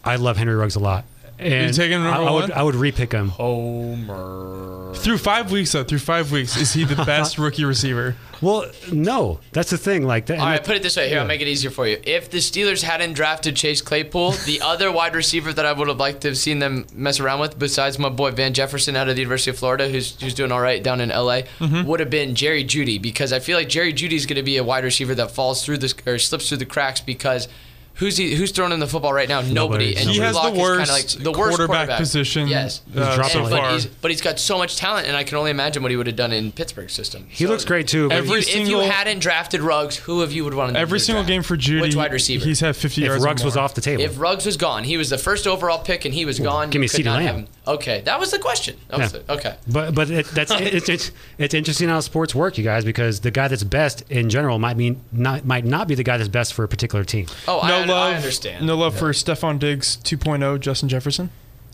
I love Henry Ruggs a lot. And
taking him
I,
number
I would
one?
I would repick him.
Homer.
Through five weeks though, through five weeks, is he the best rookie receiver?
Well, no, that's the thing. Like that.
All
and
right,
that-
put it this way. Here, I'll make it easier for you. If the Steelers hadn't drafted Chase Claypool, the other wide receiver that I would have liked to have seen them mess around with, besides my boy Van Jefferson out of the University of Florida, who's who's doing all right down in LA,
Mm-hmm.
would have been Jerry Judy because I feel like Jerry Judy's going to be a wide receiver that falls through the or slips through the cracks because. Who's, he, who's throwing him the football right now? Nobody.
Nobody.
And
He
Drew
has the
Lock is kinda
worst quarterback position,
Yes.
uh, He's
dropping so
but,
far.
He's, but he's got so much talent, and I can only imagine what he would have done in Pittsburgh's system.
He looks great too. but
Every
if, you- if
single-
you hadn't drafted Ruggs, who of you would want to?
Every single game for Judy,
Which wide receiver?
he's had 50
if
yards. or
Ruggs was
more.
off the table,
if Ruggs was gone, he was the first overall pick, and he was gone.
give me
you could
CeeDee
not
Lamb.
have him. Okay, that was the question. That was
Yeah.
it. Okay.
but but it, that's it, it's it's it's interesting how sports work, you guys, because the guy that's best in general might mean not might not be the guy that's best for a particular team.
Oh,
no
I,
love.
I understand.
No love for Stephon Diggs 2.0, Justin Jefferson.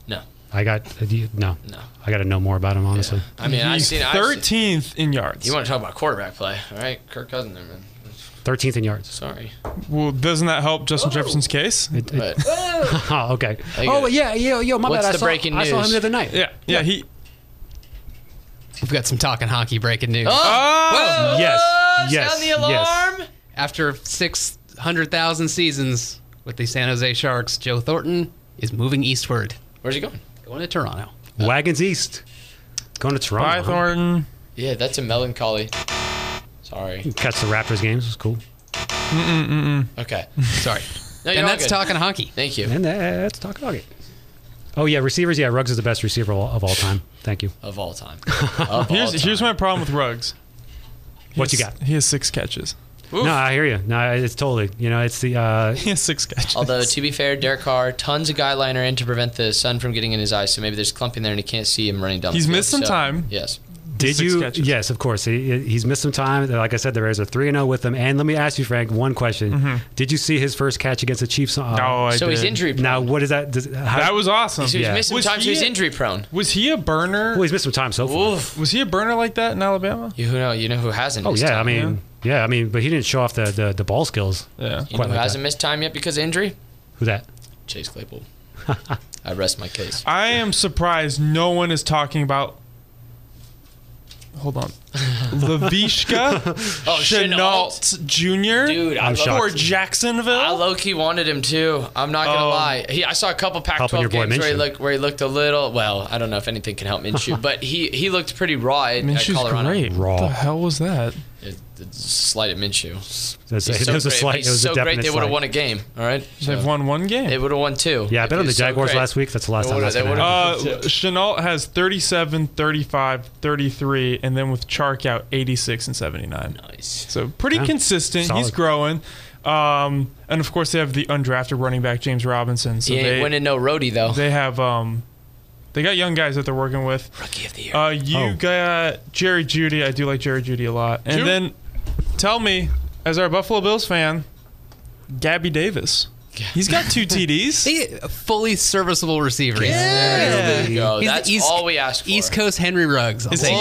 No.
I got no,
No.
I got to know more about him honestly.
I mean, I've
He's
seen. I've seen-
13th in yards.
You want to talk about quarterback play? All right, Kirk Cousins, there, man.
Thirteenth in yards.
Sorry,
Well, doesn't that help Justin
Oh.
Jefferson's case?
It- it-
but
oh, okay.
There you
Oh
go.
yeah, yo yo, my
What's
bad. I
the
saw,
breaking
I saw him
news?
the other night.
Yeah, yeah. He
We've got some talking hockey breaking news.
Oh!
Whoa!
Yes,
Sound
yes,
the
yes.
alarm.
After 600,000 seasons with the San Jose Sharks, Joe Thornton is moving eastward,
Where's he going?
going to Toronto.
Wagons East, going to Toronto.
Bye,
huh?
Thornton.
Yeah, that's a melancholy. Sorry.
Catch the Raptors games. It's cool.
Okay.
Sorry.
No, you're
and
all
that's
good.
talking hockey.
Thank you.
And that's talk about it. Oh yeah, receivers. Yeah, Ruggs is the best receiver of all time. Thank you.
Of all time. Of all
Here's
time.
here's my problem with Ruggs.
What you
has-
got?
He has six catches.
Oof.
No, I hear you. No, it's totally. You know, it's the. Uh,
He has six catches.
Although to be fair, Derek Carr tons of guy liner in to prevent the sun from getting in his eyes, so maybe there's clumping there and he can't see him running down. the
He's
field,
missed some
so-
time.
Yes.
did
six
you?
catches.
Yes, of course. He, he's missed some time. Like I said, the Bears are three and zero with him. And let me ask you, Frank, one question. Did you see his first catch against the Chiefs? Uh,
Mm-hmm. No, I
so he's
did.
injury prone.
Now, what is that? Does, how,
That was awesome.
so he's
Yeah.
missed some
Was
time, so
he-
he's injury prone.
Was he a burner?
well, Oh, he's missed some time so far.
Oof.
Was he a burner like that in Alabama?
You who know you know who hasn't.
Oh
missed
yeah, I
time?
mean, yeah, I mean, but he didn't show off the the, the ball skills.
Yeah.
you know
quite
who
like
hasn't missed time yet because of injury?
Who that?
Chase Claypool. I rest my case.
I am surprised no one is talking about. Hold on, Lavishka
Oh,
Chenault
Chenault.
Jr.
Dude, I
I'm
love-
shocked.
for Jacksonville.
I low key wanted him too. I'm not gonna
Oh.
lie. He, I saw a couple
Helping your
Pac-12
boy
games where he
Minshew.
looked where he looked a little. Well, I don't know if anything can help Minshew, but he he looked pretty raw at, at
Minshew's
Colorado.
great. What
Raw.
the hell was that?
It, it's slight at Minshew.
That's-
He's
it
so
was a
great.
slight.
He's
It was
so
a
great.
definite
They would have
slight.
won a game. All right.
They've
So
won one
They
game.
would have won two.
Yeah, I bet on
He's
the
so
Jaguars
great.
last week. That's the last
They
time.
would've-
That's
they
gonna
would've-
happen.
Uh, Chenault has 37, 35, 33, and then with Chark out, 86 and 79.
Nice.
So pretty
Yeah.
consistent. He's
Solid.
growing. Um, and of course, they have the undrafted running back, James Robinson. So
he ain't
they,
winning no roadie though.
they have um, they got young guys that they're working with.
Rookie of the year.
Uh, you
Oh.
got Jerry Judy. I do like Jerry Judy a lot. And
Judy.
then tell me, as our Buffalo Bills fan, Gabby Davis. He's got two TDs.
He, a fully serviceable receiver. He's-
there you go.
he's the
That's
East-
all we asked for.
East Coast Henry Ruggs. Oh, I'll take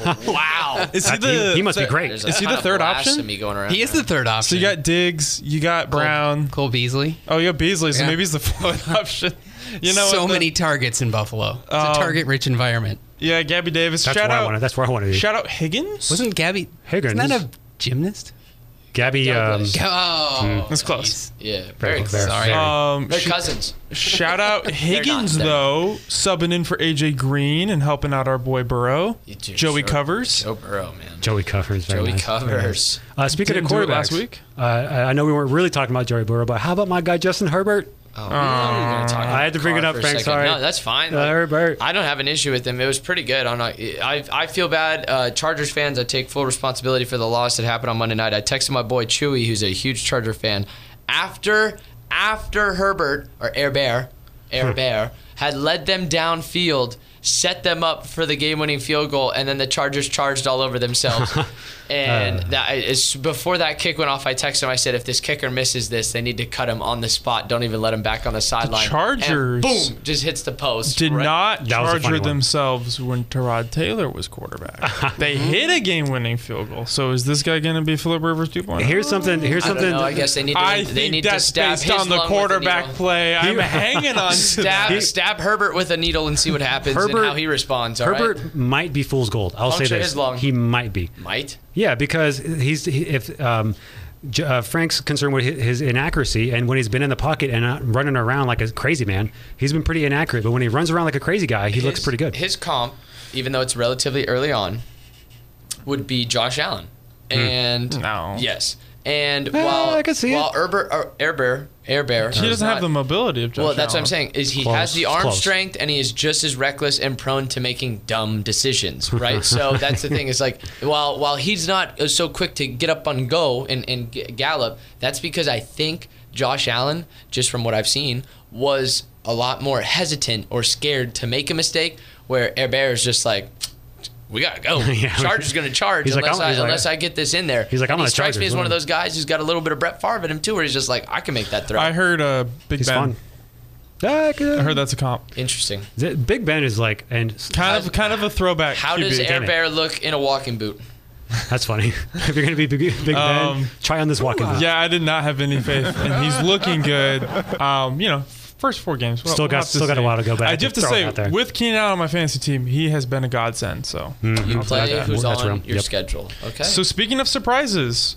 it.
Whoa. wow.
Oh, Is he
That- he-
the
he must be
the-
great.
There's a
Is he
ton
the
of
third option?
blasphemy going around
He is the
there.
third
So
option.
you got Diggs, you got Brown.
Cole Beasley.
Oh, you got Beasley, so
Yeah.
maybe he's the fourth option. You know,
so
what the-
many targets in Buffalo. It's
Um,
a target-rich environment.
Yeah, Gabby Davis.
That's
shout
where I
out.
wanted. That's where I wanted to be.
Shout out Higgins.
Wasn't Gabby
Higgins.
Isn't that a gymnast?
Gabby. Um,
Douglas. Hmm.
Oh,
That's close.
Yeah. Very
very,
close.
very,
Sorry.
very-
Um,
They're
sh-
cousins.
shout out Higgins
they're-
though, subbing in for AJ Green and helping out our boy Burrow.
You do,
Joey
sure.
covers.
Joe Burrow, man.
Joey covers. Very
Joey
nice.
covers.
Uh, speaking
Didn't
of
do
quarterbacks,
it last week.
uh, I I know we weren't really talking about Joey Burrow, but how about my guy Justin Herbert?
Oh, we were gonna talk about
I had to bring
Carr
it up,
for a
Frank,
second.
sorry.
No, that's fine.
Uh,
Like,
Herbert.
I don't have an issue with them. It was pretty good. I'm not, I, I feel bad. Uh, Chargers fans, I take full responsibility for the loss that happened on Monday night. I texted my boy Chewy, who's a huge Charger fan, after after Herbert or Air Bear,
Hmm.
Air Bear had led them downfield, set them up for the game-winning field goal, and then the Chargers charged all over themselves. and
Uh.
that is before that kick went off. I texted him. I said, if this kicker misses this, they need to cut him on the spot. Don't even let him back on the sideline. And
Chargers-
boom, just hits the post.
Did
right-
not
That was a funny
charger
one.
themselves when Terod Taylor was quarterback.
Mm-hmm.
they hit a game-winning field goal. So is this guy going to be Philip Rivers 2.0?
Here's something. Here's
I don't
something.
know. I guess they need to. they
I think
need
that's
to stab
based
his
on the
lung with a
quarterback
needle.
play. I'm hanging on to
Stab,
that.
stab Herbert with a needle and see what happens and
Herbert-
how he responds. All right.
Herbert might be fool's gold. I'll say
Puncture
this:
his lung.
he might be.
might.
Yeah, because he's he- if um, J- uh, Frank's concerned with hi- his inaccuracy, and when he's been in the pocket and uh, running around like a crazy man, he's been pretty inaccurate. But when he runs around like a crazy guy, he looks
His-
pretty good.
His comp, even though it's relatively early on, would be Josh Allen. And
Hmm. No. Eh,
yes, and
Ah,
while
I can see
while
it.
Herbert, or Air Bear, Air Bear,
He doesn't have the mobility of Josh
Well, that's what I'm saying.
Allen.
Is he
Close.
has the arm
Close.
strength and he is just as reckless and prone to making dumb decisions, right? so that's the thing. Is like while while he's not uh, so quick to get up on go and and g- gallop, that's because I think Josh Allen, just from what I've seen, was a lot more hesitant or scared to make a mistake. Where Herbert is just like. We gotta go.
Yeah.
Charger's gonna charge
He's like,
unless,
I'm-
I,
he's like-
unless I get this in there.
He's like, I'm
And he
on the
strikes me
Chargers,
as one of
let me-
those guys who's got a little bit of Brett Favre in him too, where he's just like, I can make that throw.
I heard uh, Big
He's
Ben.
fun. Ah, good.
I heard that's a comp.
Interesting.
The- Big Ben is like, and s-
Kind of, kind of a throwback.
How
QB.
does Air
damn it.
Bear look in a walking boot?
that's funny. if you're gonna be Big, Big
Um,
Ben, try on this walking boot.
Yeah, I did not have any faith, and he's looking good. Um, you know, first four games. We'll-
Still
we'll
got-
have to
still got a
see.
while to go back.
I do have to
Throw it
say,
out there.
with Keenan out on my fantasy team, he has been a godsend. So,
Hmm.
You play
that.
who's
Mm-hmm. That's
on
real.
your
Yep.
schedule. Okay.
so speaking of surprises,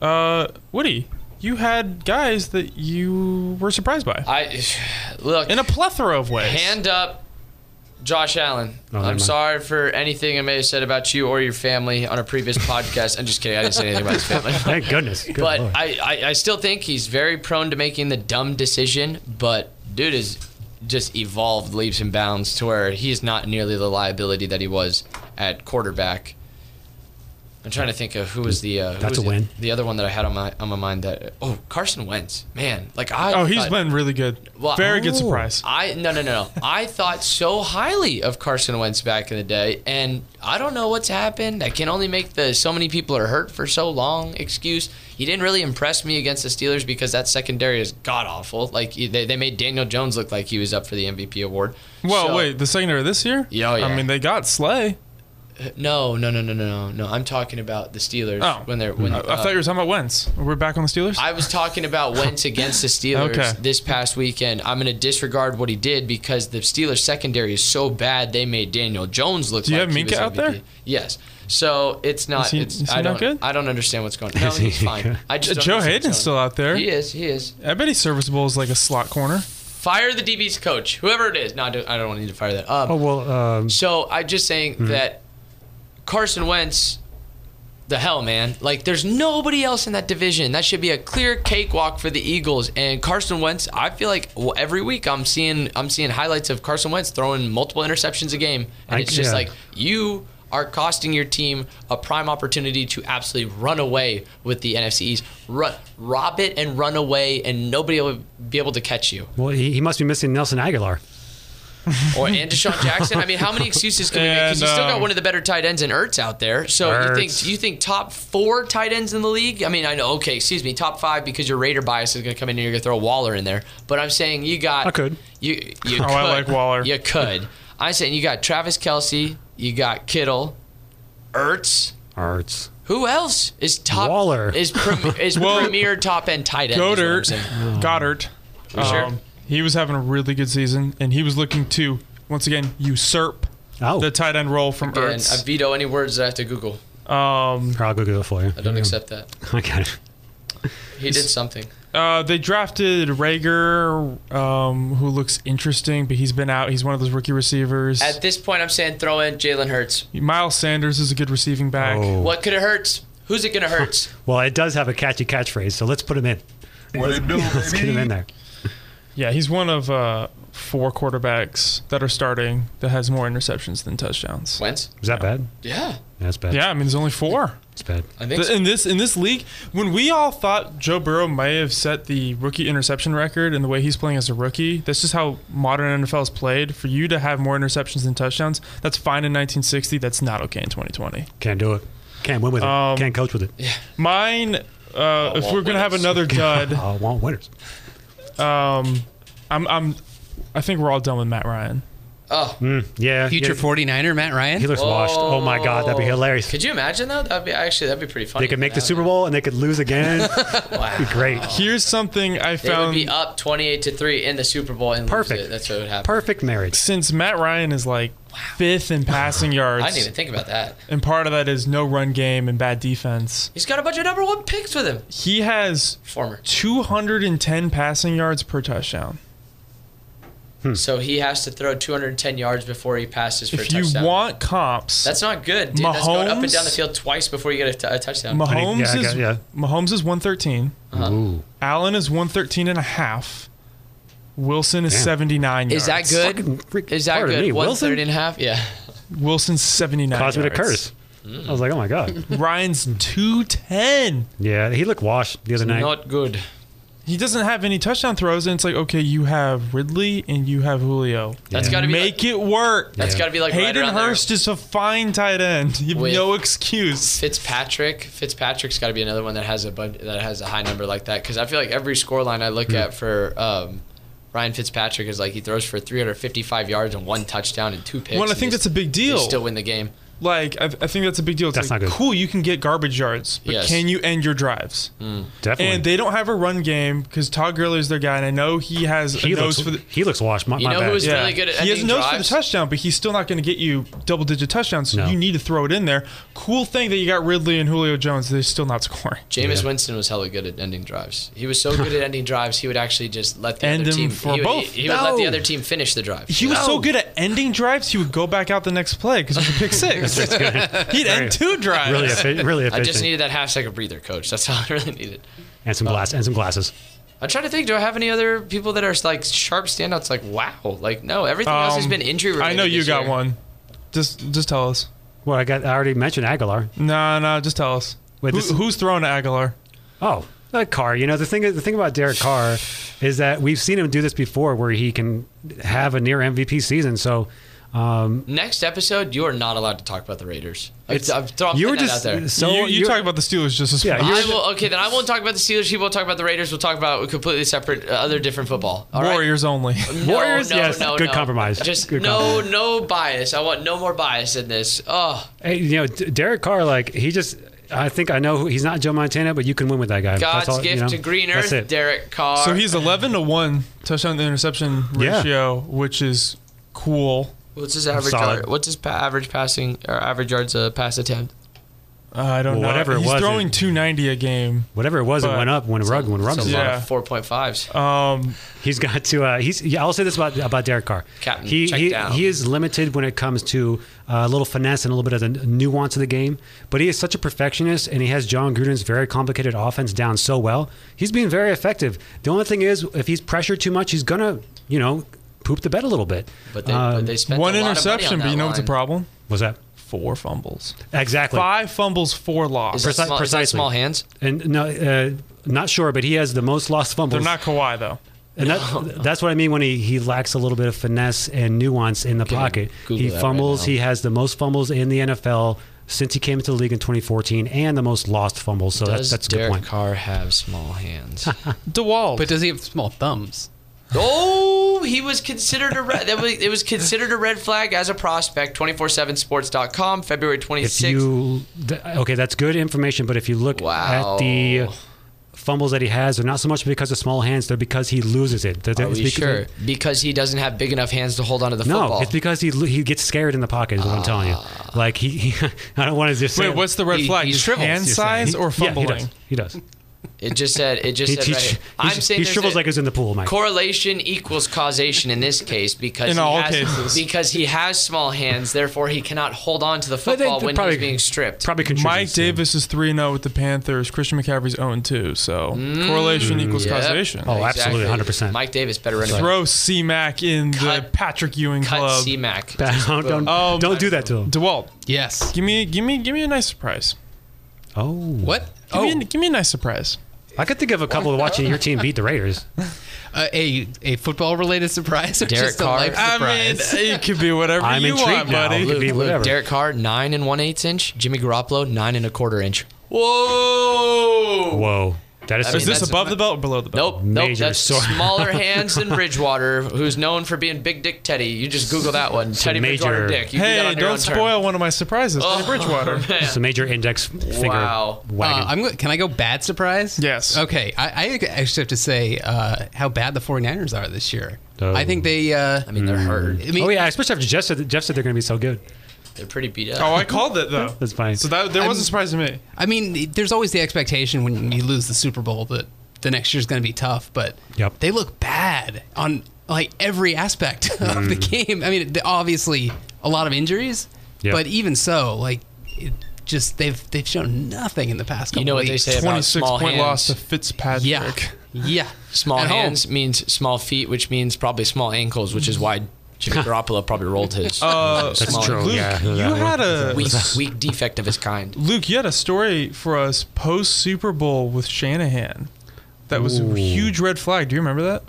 uh, Woody, you had guys that you were surprised by
I look
in a plethora of ways.
hand up, Josh Allen.
Oh, never
I'm
mind.
sorry for anything I may have said about you or your family on a previous podcast. I'm just kidding. I didn't say anything about his family.
Thank goodness. Good
but
Lord.
I, I, I still think he's very prone to making the dumb decision. But dude has just evolved leaps and bounds to where he is not nearly the liability that he was at quarterback I'm trying to think of who was the uh, who
That's
was
a
the-
win.
The, other one that I had on my on my mind that oh Carson Wentz man like I
Oh, he's
thought-
been really good.
Well,
Very good
oh.
surprise.
I no no no no. I thought so highly of Carson Wentz back in the day, and I don't know what's happened. I can only make the so many people are hurt for so long excuse. He didn't really impress me against the Steelers because that secondary is god awful. Like they, they made Daniel Jones look like he was up for the MVP award.
Well,
So-
wait, the secondary this year?
Yeah, oh, yeah.
I mean, they got Slay.
No no no no no no no. I'm talking about the Steelers
Oh.
when they're when
I, I
uh,
thought you were talking about Wentz. We're back on the Steelers?
I was talking about Wentz against the Steelers
Okay.
this past weekend. I'm going to disregard what he did because the Steelers secondary is so bad they made Daniel Jones look.
Do you
like
have
he was
Minka out
MVP.
there?
Yes. So it's not.
Is he-
it's,
is he
I don't.
not good?
I don't understand what's going. on. No,
Is he-
he's fine. I just don't
Joe
understand
Hayden's
what's
still
going on.
out there.
He is. He is.
I bet he's serviceable as like a slot corner.
Fire the DB's coach, whoever it is. No, I don't, I don't need to fire that. Um,
Oh well, um, hmm.
so I'm just saying that Carson Wentz, the hell, man. Like, there's nobody else in that division. That should be a clear cakewalk for the Eagles. And Carson Wentz, I feel like well, every week I'm seeing I'm seeing highlights of Carson Wentz throwing multiple interceptions a game, and
I-
it's just
yeah.
like you are costing your team a prime opportunity to absolutely run away with the NFC East. Ru- rob it and run away, and nobody will be able to catch you.
well he, he must be missing Nelson Aguilar.
Or and Deshaun Jackson. I mean, how many excuses can we make? Because you
And,
still got
um,
one of the better tight ends in Ertz out there. So you
Ertz.
think you think top four tight ends in the league? I mean, I know. Okay, excuse me, top five because your Raider bias is going to come in and you're going to throw Waller in there. But I'm saying you got.
I could.
You you
Oh,
could,
I like Waller.
You could. I'm saying you got Travis Kelsey. You got Kittle, Ertz.
Arts.
Who else is top?
Waller.
is prim, is
Well,
premier top end tight end. is what I'm
Goddard.
saying. Oh.
Goddard. Um,
sure?
He was having a really good season, and he was looking to once again usurp
Oh,
the tight end role from
And I
Ertz.
veto any words that I have to Google.
Um,
I'll go Google it for you.
I don't accept that.
I got it.
He did something.
uh, they drafted Rager, um, who looks interesting, but he's been out. He's one of those rookie receivers.
At this point, I'm saying throw in Jalen Hurts.
Miles Sanders is a good receiving back.
Oh.
What could it hurt? Who's it gonna hurt?
Well, it does have a catchy catchphrase, so let's put him in.
What it do,
Let's get him in
baby?
there.
Yeah, he's one of uh, four quarterbacks that are starting that has more interceptions than touchdowns.
Wentz.
Is that bad?
Yeah,
Yeah, that's bad.
Yeah, I mean, there's only four.
It's bad.
I think.
Th- in this in this league, when we all thought Joe Burrow may have set the rookie interception record and the way he's playing as a rookie, that's just how modern NFL is played. For you to have more interceptions than touchdowns, that's fine in 1960. That's not okay in 2020.
Can't do it. Can't win with
Um,
it. Can't coach with it.
Mine, uh, if
want
we're gonna have
winners.
another dud,
I Uh, want winners.
um, I'm, I'm, I think we're all done with Matt Ryan.
Oh,
Mm, yeah.
Future
yeah.
49er Matt
He
Ryan.
looks washed. Oh my God, that'd be hilarious.
could you imagine though? That'd be actually that'd be pretty funny.
They could make the
That
Super Bowl and they could lose again.
would- Wow.
Be great.
Here's something I
They would
found.
be up 28 to three in the Super Bowl and lose
Perfect.
it. That's what would happen.
Perfect marriage.
Since Matt Ryan is like fifth in passing yards,
I didn't even think about that.
and part of that is no run game and bad defense,
He's got a bunch of number one picks with him.
he has
Former.
210 passing yards per touchdown.
Hmm.
So he has to throw 210 yards before he passes for a
If you
touchdown.
want comps,
that's not good, dude. That's going up and down the
Mahomes-
field twice before you get a, t- a touchdown.
Mahomes
Yeah, I
is
got- yeah.
Mahomes is 113.
Uh-huh.
Ooh.
Allen is 113 and a half. Wilson is
Damn.
79
Is that
yards.
good?
freak-
Is that
pardon me,
good? One
Wilson?
thirty and a half. Yeah.
Wilson's 79
Caused me to
yards.
curse.
Mm.
I was like, oh my God.
Ryan's 210.
Yeah, he looked washed the other night.
Not good.
He doesn't have any touchdown throws, and it's like, okay, you have Ridley and you have Julio.
That's
Yeah.
gotta be
Make
like,
it work.
That's
Yeah.
got to be like right
Hayden
around there.
Hurst is a fine tight end. You have
With-
no excuse.
Fitzpatrick. Fitzpatrick's got to be another one that has a bun- that has a high number like that because I feel like every score line I look
Hmm.
at for um, Ryan Fitzpatrick is like he throws for 355 yards and one touchdown and two picks.
Well, I
and
think
they-
that's a big
they
deal.
Still win the game.
Like, I, I think that's a big deal. It's
That's
like,
not good.
cool, you can get garbage yards, but
Yes. Mm.
can you end your drives?
Definitely.
And they don't have a run game because Todd Gurley is their guy, and I know he has
he,
a nose
looks,
for the.
he looks washed. My,
You
my
know
bad.
who is-
Yeah.
really good at
he has a
ending
nose for the
drives.
touchdown, but he's still not going to get you double-digit touchdowns. So
No.
you need to throw it in there. Cool thing that you got Ridley and Julio Jones. They're still not scoring.
Jameis
Yeah.
Winston was hella good at ending drives. He was so good at ending drives, he would actually just let the
End
other
him
team
for
he would,
both.
He, he would let the
No.
other team finish the drive.
He was so good at ending drives, he would go back out the next play because it was a pick six. He'd end two drives.
really, effi- really
I
efficient.
just needed that half second breather, coach. That's all I really needed.
and some glass and some glasses.
I'm trying to think. Do I have any other people that are like sharp standouts? Like wow, like no, everything else has
Um,
been injury related.
I know you
this
got
year.
one. Just just tell us.
Well, I got I already mentioned Aguilar.
No, no, just tell us.
Wait,
Who-
this-
who's throwing to Aguilar?
Oh, that Carr. You know the thing. The thing about Derek Carr is that we've seen him do this before, where he can have a near MVP season. So um,
Next episode, you are not allowed to talk about the Raiders. I've,
It's-
I've thrown
you
you
were
that
just
out there.
so
you you
you're-
talk about the Steelers just as
Yeah,
much.
you're-
I will, okay, then I won't talk about the Steelers. He won't talk about the Raiders. We'll talk about completely separate, uh, other different football. All right?
Warriors only.
No,
Warriors,
no,
yes,
no,
good
no.
compromise.
Just
Good
no,
compromise.
no bias. I want no more bias in this. Oh
Hey, you know, D- Derek Carr, like he just, I think I know who, he's not Joe Montana, but you can win with that guy.
God's
That's all, you
gift
know,
to green earth,
That's it.
Derek Carr.
so he's 11 to 1 touchdown to interception
Yeah.
ratio, which is cool.
what's his average?
Solid.
Yard, what's his pa- average passing or average yards a pass attempt?
Uh, I don't
Well,
know.
whatever it
He's
was,
throwing
it-
290 a game.
Whatever it was, it
But-
went up when Rugg when Rugg
It's
was
a lot
on.
Yeah.
of four point fives.
Um,
He's got to. Uh, he's. Yeah, I'll say this about about Derek Carr.
Captain,
he
check
he,
down.
he is limited when it comes to uh, a little finesse and a little bit of the nuance of the game. But he is such a perfectionist, and he has John Gruden's very complicated offense down so well. He's being very effective. The only thing is, if he's pressured too much, he's gonna you know poop the bed a little bit.
But they, but
Um,
they spent
one
a lot of money
interception,
on
but
that
you know
line.
what's a problem?
was that
Four fumbles.
exactly?
Five fumbles, four loss.
Is that
Precise-
small, is that
precisely.
small hands?
And no, uh, not sure, but he has the most lost
They're
fumbles.
not Kawhi, though.
And that, that's what I mean when he, he lacks a little bit of finesse and nuance in the
Gonna
pocket.
Google
he
that right
fumbles.
now.
he has the most fumbles in the NFL since he came into the league in 2014 and the most lost fumbles. So that's,
Does
that's a good
Derek
point.
Carr have small hands?
DeWalt.
But does he have small thumbs?
Oh, he was considered a red. That was, it was considered a red flag as a prospect. 247sports.com, February
If
26th.
you th- okay, that's good information. But if you look
Wow.
at the fumbles that he has, they're not so much because of small hands; they're because he loses it. They're-
Are
they're- it's
we
because-
sure? Because he doesn't have big enough hands to hold onto the
No,
football. Ah.
it's because he lo- he gets scared in the pocket. Is what I'm telling you. Like he, he I don't want to just say
Wait, what's the red
He-
flag?
he
Just
shrivels,
hand
you're
size
He-
or
yeah,
fumbling?
he does. He does.
it just said. It just
He,
said.
he,
right
sh-
here.
he
I'm
sh- he
saying there's
shrivels
a-
like he's in the pool, Mike.
correlation equals causation in this case because
In
he
all
has,
cases.
because he has small hands. Therefore, he cannot hold on to the
But they-
football
they
when he's being stripped.
Probably
Mike
contributes to it.
Davis is 3 0 with the Panthers. Christian McCaffrey's 0 2. So correlation equals
Mm. Yep.
causation.
Oh, absolutely, 100%.
Mike Davis better running back.
Throw C Mac in the
Cut-
Patrick Ewing
Cut
club.
C Mac.
Don't, don't,
Oh, my-
don't do that to him.
DeWalt,
Yes.
give me, give me, give me a nice surprise.
Oh,
What?
Give,
oh,
me, e a, give me a nice surprise.
I could think of a couple of watching your team beat the Raiders.
uh, a a football related surprise or
Derek
just a
Carr?
life surprise?
I mean, uh, it could be whatever
I'm
you
intrigued
want,
now.
buddy.
Look- Could be whatever.
Derek Carr nine and one eighth inch. Jimmy Garoppolo nine and a quarter inch. Whoa!
Whoa, that is
I
so-
Is
mean,
this
that's-
above the belt or below the belt?
Nope, nope.
Major
That's
sore-
smaller hands than Bridgewater, who's known for being Big Dick Teddy. You just Google that one, Teddy
major-
Bridgewater Dick. You do that
Hey,
on your own Oh.
don't
term.
spoil one of my surprises. Teddy Bridgewater.
it's a major index finger
Wow.
Uh,
wagon.
I'm go- can I go bad surprise?
Yes.
Okay. I, I actually have to say uh, how bad the 49ers are this year.
Oh.
I think they. Uh,
I mean, they're hurt.
I mean,
oh yeah, especially after Jeff said, that- Jeff said they're going to be so good.
They're pretty beat up.
Oh, I called it though.
That's fine.
So that there was a
I'm-
surprise to me.
I mean, there's always the expectation when you lose the Super Bowl that the next year's going to be tough, but
Yep.
they look bad on like every aspect of the
Mm.
game. I mean, the- obviously a lot of injuries,
Yep.
but even so, like it just they've they've shown nothing in the past couple
You know what they
weeks.
say about
Twenty-six
small
point
hands.
loss to Fitzpatrick.
Yeah. Yeah.
Small
At home.
hands means small feet, which means probably small ankles, which is why Jimmy Garoppolo probably rolled his.
Uh,
That's
Luke,
true,
yeah.
you had a
weak, weak defect of his kind.
Luke. You had a story for us post Super Bowl with Shanahan. That was
Ooh.
a huge red flag. Do you remember that?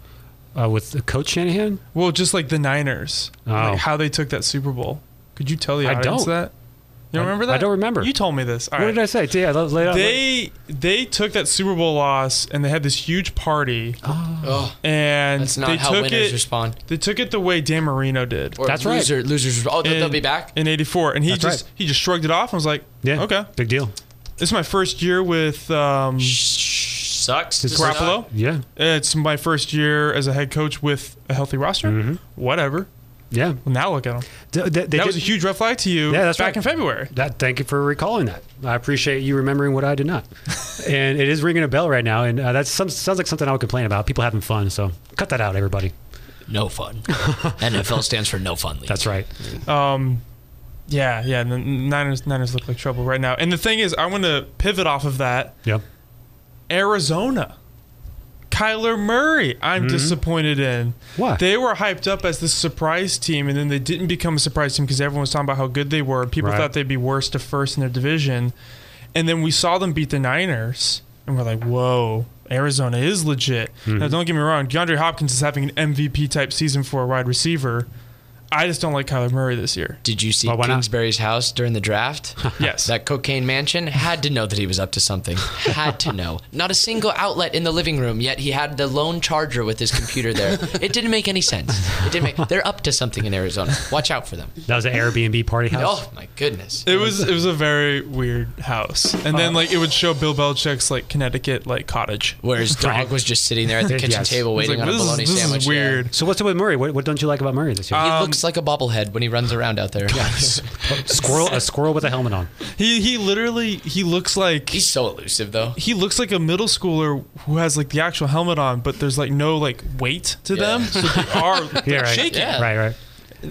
Uh, with Coach Shanahan,
Well, just like the Niners,
Oh.
like how they took that Super Bowl. Could you tell the
I
audience
don't.
that? You
I-
don't remember
I
that?
don't remember.
You told me this. All
what
right.
did I say? Yeah, let- let- let-
they they took that Super Bowl loss and they had this huge party
Oh,
and
that's
they
not how
took
winners
it
respond.
they took it the way Dan Marino did.
Or
That's right.
loser, right. Losers. Oh, they'll,
in-
they'll be back.
in '84, and he
That's
just
right.
he just shrugged it off and was like,
yeah,
okay,
big deal.
this is my first year with um,
Sucks. to suck.
Garoppolo.
Yeah,
It's my first year as a head coach with a healthy roster. Whatever.
yeah.
Well, now look at him.
Th- th- they
that
did-
was a huge red flag to you.
Yeah, that's
back
right.
in February.
That, thank you for recalling that. I appreciate you remembering what I did not. and it is ringing a bell right now, and uh, that sounds like something I would complain about. People having fun, so cut that out, everybody.
No fun. NFL stands for no fun league.
That's right.
Um, yeah, yeah. The Niners, Niners look like trouble right now. And the thing is, I want to pivot off of that.
Yep.
Arizona, Kyler Murray, I'm disappointed in.
Hmm? Why?
They were hyped up as the surprise team, and then they didn't become a surprise team because everyone was talking about how good they were. People
Right.
thought they'd be worst to first in their division. And then we saw them beat the Niners, and we're like, whoa, Arizona is legit. Now,
Hmm.
don't get me wrong, DeAndre Hopkins is having an MVP type season for a wide receiver. I just don't like Kyler Murray this year.
Did you see
Well, why not?
Kingsbury's house during the draft?
Yes.
That cocaine mansion had to know that he was up to something. Had to know. Not a single outlet in the living room, yet he had the lone charger with his computer there. It didn't make any sense. It didn't make. They're up to something in Arizona. Watch out for them.
That was an Airbnb party house.
Oh my goodness.
It was it was a very weird house, and
Uh.
then like it would show Bill Belichick's like Connecticut like cottage.
Where his dog was just sitting there at the kitchen
Yes.
table
It's
waiting on
like
a
this, is,
bologna
this is
sandwich. yeah.
weird.
So what's up with Murray? What, what don't you like about Murray this year?
He
Um,
looks like a bobblehead when he runs around out there.
squirrel, a squirrel with a helmet on.
He he literally he looks like
He's so elusive though.
he looks like a middle schooler who has like the actual helmet on, but there's like no like weight to
Yeah.
them, so they are like,
Yeah, right.
shaky.
Yeah.
Right, right.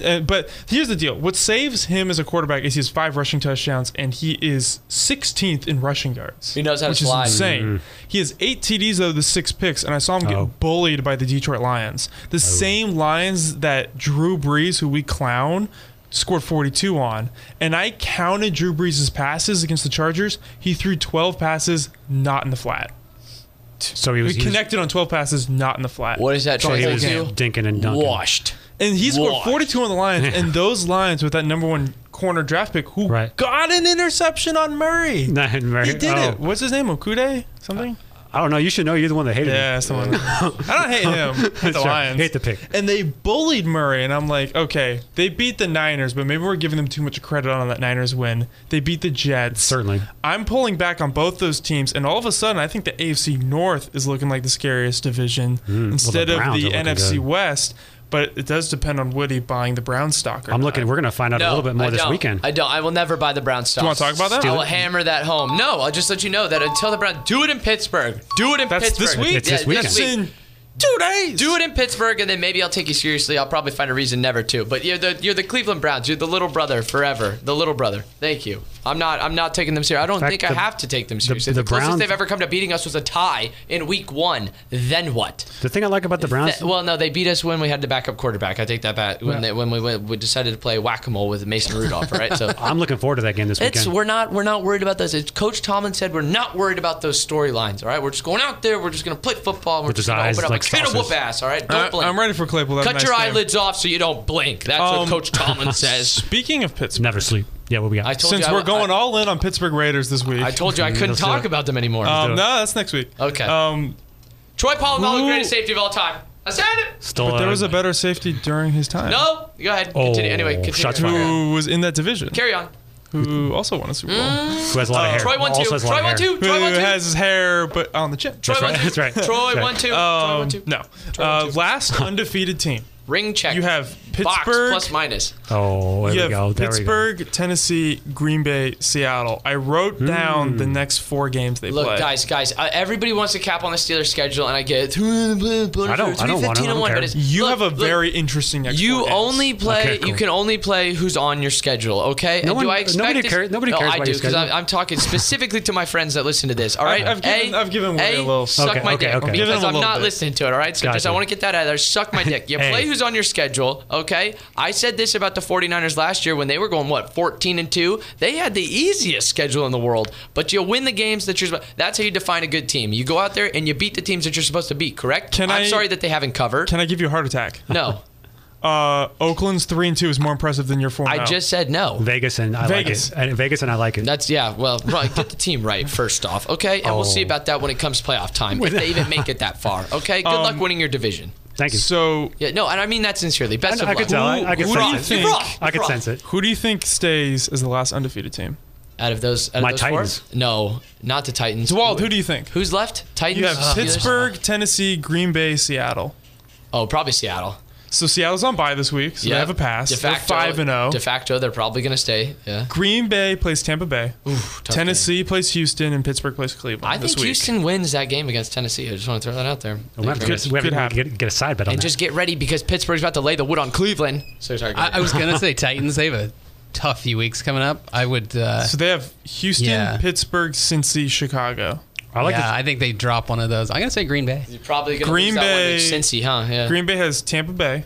Uh, but here's the deal: what saves him as a quarterback is he has five rushing touchdowns, and he is 16th in rushing yards.
He knows how to
which
slide.
is insane. He has eight TDs out of the six picks, and I saw him get
Mm-hmm. Oh.
bullied by the Detroit Lions, the same Lions that Drew Brees, who we clown. Scored 42 on, and I counted Drew Brees' passes against the Chargers. He threw 12 passes, not in the flat.
So he was,
We
he was-
connected on 12 passes, not in the flat.
What does that
That's all he
he
translate
was
did.
to?
dinking and dunking.
Washed.
And he scored
Washed.
42 on the Lions, and those Lions with that number one corner draft pick who
Right.
got an interception on Murray.
Not Murray.
He did
Oh,
it. What's his name? Okude? Something?
I don't know. You should know. You're the one that hated
yeah,
it.
someone. I don't hate him. I hate the
Sure.
Lions.
Hate the pick.
And they bullied Murray, and I'm like, okay, they beat the Niners, but maybe we're giving them too much credit on that Niners win. They beat the Jets.
Certainly.
I'm pulling back on both those teams, and all of a sudden, I think the AFC North is looking like the scariest division instead of
Hmm. Browns are
the
looking
NFC
good.
West. But it does depend on Woody buying the Brown stock. Or
I'm
not.
looking. We're gonna find out a little bit more
I
this
don't.
weekend.
I don't. I will never buy the Brown stock.
you wanna talk about that?
I
Steal
will
it.
hammer that home. No, I'll just let you know that until the Brown, do it in Pittsburgh. Do it in
That's
Pittsburgh.
this week?
It's this weekend.
It's
week.
in two days.
Do it in Pittsburgh, and then maybe I'll take you seriously. I'll probably find a reason never to. But you're the you're the Cleveland Browns. You're the little brother forever. The little brother. Thank you. I'm not I'm not taking them serious. I don't
fact,
think I
the-
have to take them seriously. The,
the
closest
Browns-
they've ever come to beating us was a tie in Week One. Then what?
the thing I like about the Browns.
Th- well, no, they beat us when we had the backup quarterback. I take that back. When they, when we went, we decided to play whack a mole with Mason Rudolph. Right. So
I'm looking forward to that game this
It's
weekend.
we're not we're not worried about those. It's Coach Tomlin said we're not worried about those storylines. All right, we're just going out there. We're just going to play football. And we're
With
just
his
going to
eyes
open up
like
a can of
saucers.
whoop ass. All right, don't
I,
blink.
am Uh, ready for Claypool. to have a
Cut your
nice game.
eyelids off so you don't blink. That's
Um,
what Coach Tomlin says.
Speaking of Pittsburgh,
Never sleep. Yeah, what we got?
I told
since
you I-
we're going
I,
all in on Pittsburgh Raiders this week,
I told you I couldn't
Let's do
talk
it.
about them anymore.
Um, no, that's next week.
Okay.
Um,
Troy Polamalu,
who-
greatest safety of all time. I said it.
Still,
but there
uh,
was a better safety during his time.
No, go ahead.
Oh,
Continue. Anyway, continue.
shots fired.
Who was in that division?
Carry on.
Who also won a Super Bowl?
who has a lot of hair.
Troy one two.
Also has a lot
Troy
of
one
hair.
two.
Who
Troy Mm. one two.
has his hair but on the chin?
Troy
That's
one
right,
two.
that's right.
Troy
That's right.
one two. Troy one
Um,
two.
no.
Troy one,
Uh,
two.
last undefeated team.
Ring check.
You have
Box
Pittsburgh.
plus minus.
Oh, there
you
we
have
go. There
Pittsburgh, Tennessee, Green Bay, Seattle. I wrote down
Hmm.
the next four games they
Look,
play.
guys, guys. Uh, everybody wants to cap on the Steelers' schedule, and I get it. I
don't- I don't want to, I don't care.
you
look,
have a
look,
very interesting. Next
You
four games.
only play.
Okay, cool.
You can only play who's on your schedule. Okay.
No
and do
one-
I expect
nobody
this-
cares- nobody
No,
cares
I
about
do
your
because I'm,
schedule.
I'm talking specifically to my friends that listen to this. All right.
I've given-
A,
I've given away a little-
Suck
Okay,
my
okay,
dick.
okay.
I'm giving
Because
them a
I'm
little
not
bit.
listening to it. All right. So just
Gotcha.
I want to get that out of there. Suck my dick. You
A.
play who's on your schedule. Okay. I said this about the 49ers last year when they were going what 14 and two. They had the easiest schedule in the world, but you win the games that you're. That's how you define a good team. You go out there and you beat the teams that you're supposed to beat. Correct.
Can
I'm
I-
sorry that they haven't covered.
Can I give you a heart attack?
no.
Uh, Oakland's three and two is more impressive than your four. and
I
oh.
just said no.
we go. Vegas and I
Vegas.
like it. And Vegas and I like it.
That's yeah. Well, right, get the team right first off, okay, and we'll see
Oh.
about that when it comes playoff time. If they even make it that far, okay. Good luck winning your division.
Thank you.
so.
Yeah, no, and I mean that sincerely.
I,
Best
know,
of
I
luck.
could tell. I, I could
Who do you
sense it.
think?
Wrong.
I could
Wrong.
sense it.
Who do you think stays as the last undefeated team?
Out of those, out of
My
those four?
Titans.
No, not the Titans.
Dewald, who do you think?
Who's left? Titans. Uh,
You have
Steelers?
Pittsburgh, Tennessee, Green Bay, Seattle.
Oh, probably Seattle.
So Seattle's on bye this week, so
Yeah.
they have a pass.
De
They're
facto,
five and oh. zero.
De facto, they're probably gonna stay. Yeah.
Green Bay plays Tampa Bay.
Oof, tough game.
Tennessee plays Houston, and Pittsburgh plays Cleveland.
I think
this week.
Houston wins that game against Tennessee. I just want to throw that out there.
We have to
Could-
get- we have
could
to
happen.
get, get a side bet on
And
that.
just get ready because Pittsburgh's about to lay the wood on Cleveland. So sorry. go
I,
ahead.
I was gonna say Titans. They have a tough few weeks coming up. I would. Uh,
So they have Houston,
Yeah.
Pittsburgh, Cincy, Chicago.
I like
yeah,
the,
I think they drop one of those. I'm gonna say Green Bay.
You're probably going to
Green
lose that
Bay-
one to Cincy, huh? Yeah.
Green Bay has Tampa Bay,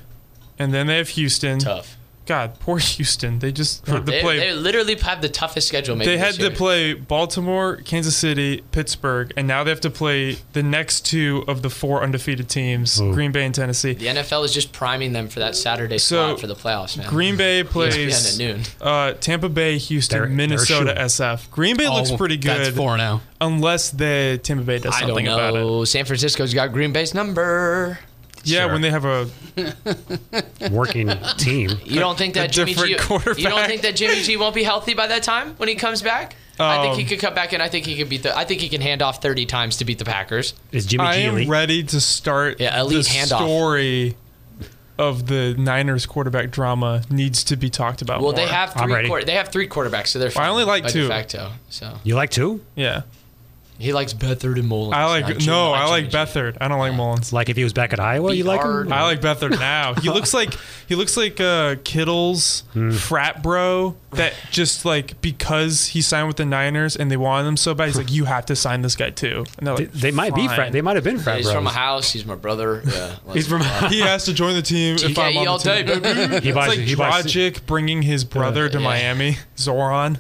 and then they have Houston.
Tough.
God, poor Houston. They just had to
They,
play.
they literally have the toughest schedule. Maybe
they had
this
to
year.
play Baltimore, Kansas City, Pittsburgh, and now they have to play the next two of the four undefeated teams,
Ooh.
Green Bay and Tennessee.
The NFL is just priming them for that Saturday
So,
slot for the playoffs, man.
Green Bay plays
at noon.
uh, Tampa Bay, Houston,
They're- they're
Minnesota,
shooting.
SF. Green Bay looks
Oh,
pretty
That's
good,
four now.
unless the Tampa Bay does
I don't
something about it.
know. San Francisco's got Green Bay's number.
Yeah,
Sure.
when they have a
working team.
You don't think that
a
Jimmy
different
G? You don't
quarterback.
think that Jimmy G won't be healthy by that time when he comes back? I think he
Um,
could come back and I think he could beat the. I think he can hand off thirty times to beat the Packers.
Is Jimmy
I
G
am
elite?
ready to start
Yeah, elite
the
handoff.
story of the Niners quarterback drama needs to be talked about.
Well,
more.
they have
I'm
three.
ready.
Quarter, they have three quarterbacks, so they're. Fine
only like
by
two.
De facto, so
you like two?
yeah.
he likes Bethard and Mullins.
I like
not Jimmy-
no,
not
I
Jimmy
like
G.
Bethard. I don't like Mullins.
Like if he was back at Iowa, you like him?
Beard.
I like Bethard now. He looks like he looks like uh, Kittle's
Hmm.
frat bro that just like because he signed with the Niners and they wanted him so bad, he's like, you have to sign this guy too. And they're
They,
like,
they might be
fine.
frat. They might have been frat
He's
bros.
from a house. He's my brother. Yeah,
He's from. he has to join the team if I'm
TKE all
on the
day,
team.
baby.
he buys.
It's like
he buys
tragic bringing his brother to
Yeah.
Miami, Zoran.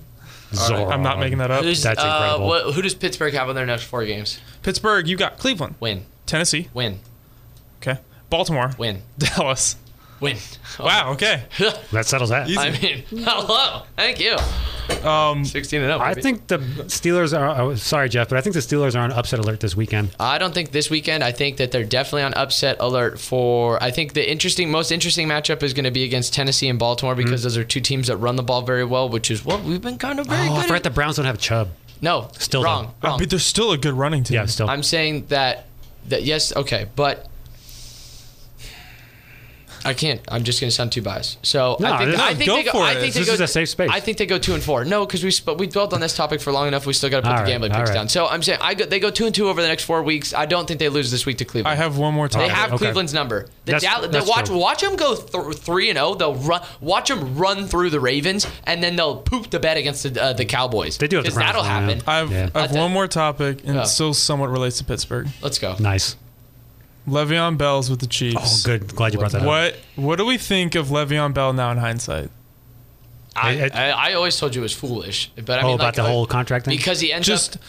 Zorro.
I'm not making that up.
Who's,
That's
uh,
incredible.
what- who does Pittsburgh have on their next four games?
Pittsburgh, you got Cleveland,
Win,
Tennessee,
win,
okay, Baltimore,
win, Oh,
Dallas.
win.
Wow, okay.
That settles that.
He's-
I mean, hello. Thank you.
Um,
16 and up.
I
baby.
think the Steelers are. oh, sorry, Jeff, but I think the Steelers are on upset alert this weekend.
I don't think this weekend. I think that they're definitely on upset alert for. I think the interesting, most interesting matchup is going to be against Tennessee and Baltimore because
Mm-hmm.
those are two teams that run the ball very well, which is what we've been kind of very
Oh, I
good.
forgot
At.
the Browns don't have Chubb.
No,
Still
wrong. wrong.
but they're still a good running team.
Yeah, still.
I'm saying that that yes, okay, but I can't. I'm just going to sound too biased. So
No,
I think
this-
I think
go
they go,
for
I
it.
think
This
they go,
is a safe space.
I think they go two and four. No, because we sp- we dwelled on this topic for long enough. We still got to put
All
the
right,
gambling
all
picks
right.
down. So I'm saying I go, they go two and two over the next four weeks. I don't think they lose this week to Cleveland.
I have one more
They
topic.
have
Okay.
Cleveland's number. The
That's-
Dallas,
that's
they watch
true.
watch them go th- three and zero. They'll run, watch them run through the Ravens, and then they'll poop the bet against the, uh, the Cowboys.
They do have the
'Cause
Browns
that'll
now, yeah.
happen.
I have,
Yeah.
I have
I
one
thi-
more topic, and
Yeah.
it still somewhat relates to Pittsburgh.
Let's go.
nice.
Le'Veon Bell's with the
Oh,
Chiefs.
good. Glad you brought that up.
What what do we think of Le'Veon Bell now in hindsight?
I,
I-
I, I always told you it was foolish, but I
Oh,
mean,
about
like,
the
uh,
like-
whole contract thing.
because he ends
Just
up.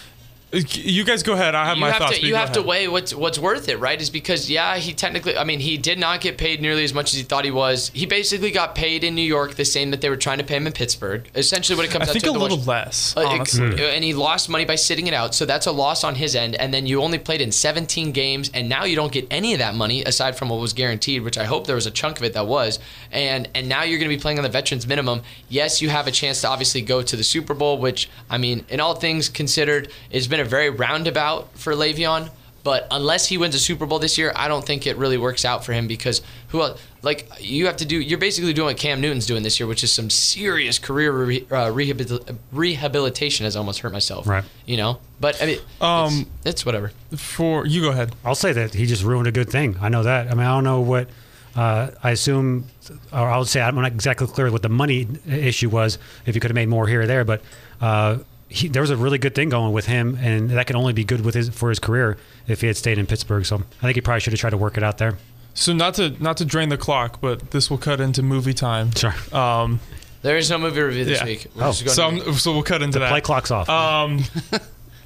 you guys go ahead. I have
You
my
have
thoughts.
to
but
you
go
have to
ahead.
weigh what's what's worth it, right? Is because yeah, he technically, I mean, he did not get paid nearly as much as he thought he was. He basically got paid in New York the same that they were trying to pay him in Pittsburgh. Essentially, what it comes
I
down
think
to
a
the
little
worst-
less.
Uh, it-
Mm.
honestly.
and he lost money by sitting it out, so that's a loss on his end. And then you only played in 17 games, and now you don't get any of that money aside from what was guaranteed, which I hope there was a chunk of it that was. And and now you're going to be playing on the veterans minimum. Yes, you have a chance to obviously go to the Super Bowl, which I mean, in all things considered, it's been a very roundabout for Le'Veon. But unless he wins a Super Bowl this year, I don't think it really works out for him because who else? Like you have to do, you're basically doing what Cam Newton's doing this year, which is some serious career re, uh, rehabil- rehabilitation. Has almost hurt myself,
Right.
You know, but I mean,
Um,
it's, it's whatever.
For you go ahead.
I'll say that he just ruined a good thing. I know that. I mean, I don't know what. Uh, I assume, or I would say, I'm not exactly clear what the money issue was. If you could have made more here or there, but uh, he, there was a really good thing going with him, and that could only be good with his for his career if he had stayed in Pittsburgh. So I think he probably should have tried to work it out there.
So not to not to drain the clock, but this will cut into movie time.
Sure.
Um,
There is no movie review this
Yeah.
week.
Oh.
just going
so
to-
I'm, so we'll cut into that.
Play clocks off.
Um,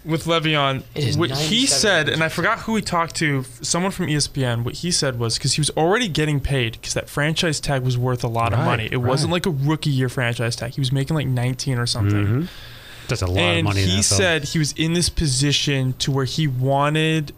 with Le'Veon,
It is
what he
97.
said, and I forgot who he talked to, someone from E ESPN. What he said was because he was already getting paid because that franchise tag was worth a lot of
Right,
money. It wasn't
right. Mm-hmm.
like a rookie year franchise tag. He was making like 19 or something.
That's a lot of
And
money. in the
he
NFL.
said he was in this position to where he wanted.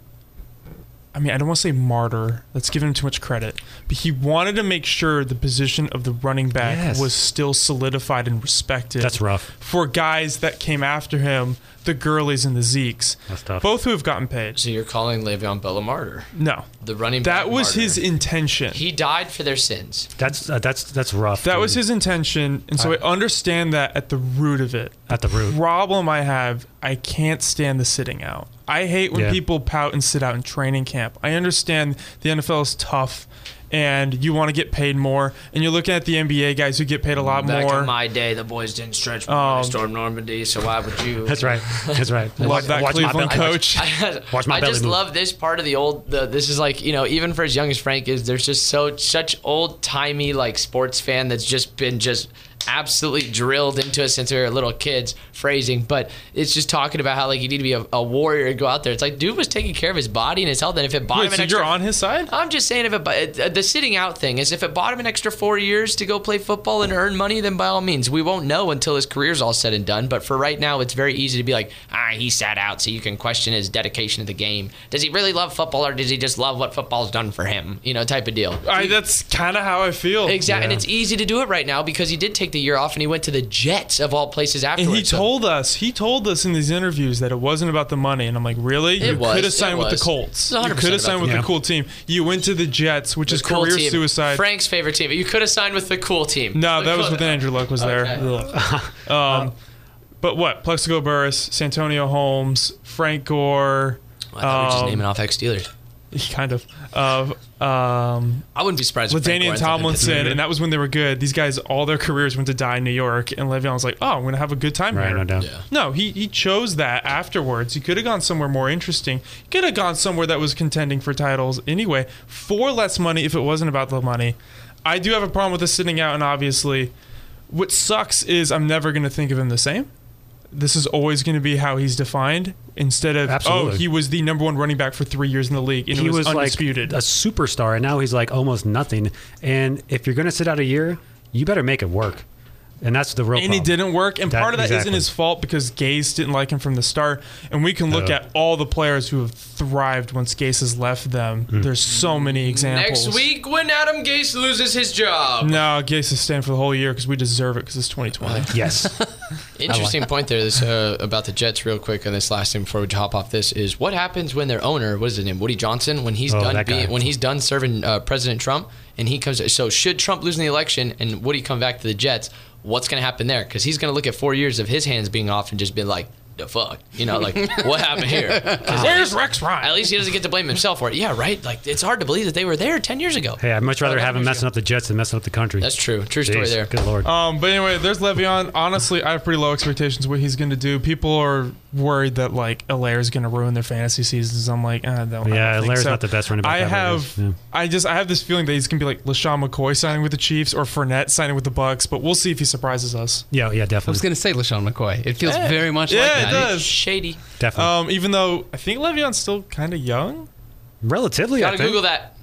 I mean, I don't want to say martyr. That's giving him too much credit. But he wanted to make sure the position of the running back
Yes.
was still solidified and respected
that's rough.
for guys that came after him, the Gurleys and the Zeeks,
That's tough.
both who have gotten paid.
so you're calling Le'Veon Bell a martyr?
No,
The running
that
back
was his
martyr.
intention.
He died for their sins.
That's uh, that's that's rough.
That was
dude.
his intention, and so I understand that at the root of it.
at the root.
problem I have, I can't stand the sitting out. I hate when
Yeah.
people pout and sit out in training camp. I understand the NFL is tough and you want to get paid more, and you're looking at the NBA guys who get paid a lot
Back
more.
in my day, the boys didn't stretch before
Um,
they stormed Normandy, so why would you?
That's right. That's right.
Love that
my
Cleveland
belly.
coach.
I,
Watch my
I
belly
just
move.
love this part of the old. The, this is like you know, even for as young as Frank is, there's just so such old timey like sports fan that's just been just absolutely drilled into us since we were little kids. Phrasing, but it's just talking about how like you need to be a, a warrior to go out there. It's like dude was taking care of his body and his health, and if it bought him
Wait,
an
so
extra,
you're on his side?
I'm just saying if it bu- it, uh, the sitting out thing is if it bought him an extra four years to go play football and earn money, then by all means we won't know until his career's all said and done. But for right now, it's very easy to be like, ah, he sat out, so you can question his dedication to the game. Does he really love football, or does he just love what football's done for him? You know, type of deal.
I, that's kind of how I feel.
Exactly, and it's easy to do it right now because he did take the year off and he went to the Jets of all places
And
afterwards.
he
So-
told us, he told us in these interviews that it wasn't about the money. And I'm like, really?
It
you
was,
could have
it
signed with the
was. It's
Colts.
100%
You could have
about
signed
the
with
money.
a cool team. You went to the Jets, which is
The cool
career
team.
suicide.
Frank's favorite team. You could have signed with the cool team.
no,
The
that was
cool-
when Andrew Luck was there.
Okay.
Ugh. um, but what? Plexico Burris, Santonio Holmes, Frank Gore.
I thought we were just
um,
naming off ex Steelers.
kind of. Of um,
I wouldn't be surprised. if Frank
Ladanian
Gore's up in
Tomlinson,
Pittsburgh.
and that was when they were good. These guys, all their careers went to die in New York, and Le'Veon was like, "Oh, I'm gonna have a good time
Right,
here."
no doubt.
No, he he chose that afterwards. He could have gone somewhere more interesting. He could have gone somewhere that was contending for titles anyway, for less money if it wasn't about the money. I do have a problem with this sitting out, and obviously, what sucks is I'm never gonna think of him the same. This is always going to be how he's defined. Instead of oh,
Absolutely.
he was the number one running back for three years in the league, and
he
it was,
was like
undisputed.
a superstar, and now he's like almost nothing. And if you're going to sit out a year, you better make it work. And that's the real.
and it
problem.
didn't work. And
That-
part of that not
exactly.
his fault because Gase didn't like him from the start. And we can look
Yeah.
at all the players who have thrived once Gase has left them.
Hmm.
There's so many examples.
Next week, when Adam Gase loses his job.
No, Gase is staying for the whole year because we deserve it because it's 2020.
Yes,
Interesting point there this, uh, about the Jets, real quick, on this last thing before we hop off. This is what happens when their owner, what is his name, Woody Johnson, when he's
Oh,
done
that guy.
being, when he's done serving uh, President Trump, and he comes. So should Trump lose in the election and Woody come back to the Jets, what's going to happen there? Because he's going to look at four years of his hands being off and just be like, the fuck, you know, like what happened here? 'Cause
Where's Rex Ryan?
At least he doesn't get to blame himself for it. Yeah, right. Like it's hard to believe that they were there ten years ago.
hey, I'd much rather
Oh,
have him messing up the Jets than messing up the country.
That's true. True story
Jeez,
there.
Good lord.
Um, but anyway, there's Le'Veon. Honestly, I have pretty low expectations what he's going to do. People are worried that like Alaire is going to ruin their fantasy seasons. I'm like,
Yeah,
ah, no, I don't think
Allaire's
so.
not the best running back
I
ever,
have,
yeah.
I just, I have this feeling that he's going to be like Lashawn McCoy signing with the Chiefs or Fournette signing with the Bucks. But we'll see if he surprises us.
yeah, yeah,
I was
definitely,
going to say LaShawn McCoy. It feels very much
Yeah,
like
it
that.
does.
Shady.
definitely.
Um, even though I think Le'Veon's still kind of young,
Relatively, I
Gotta
think.
Google that.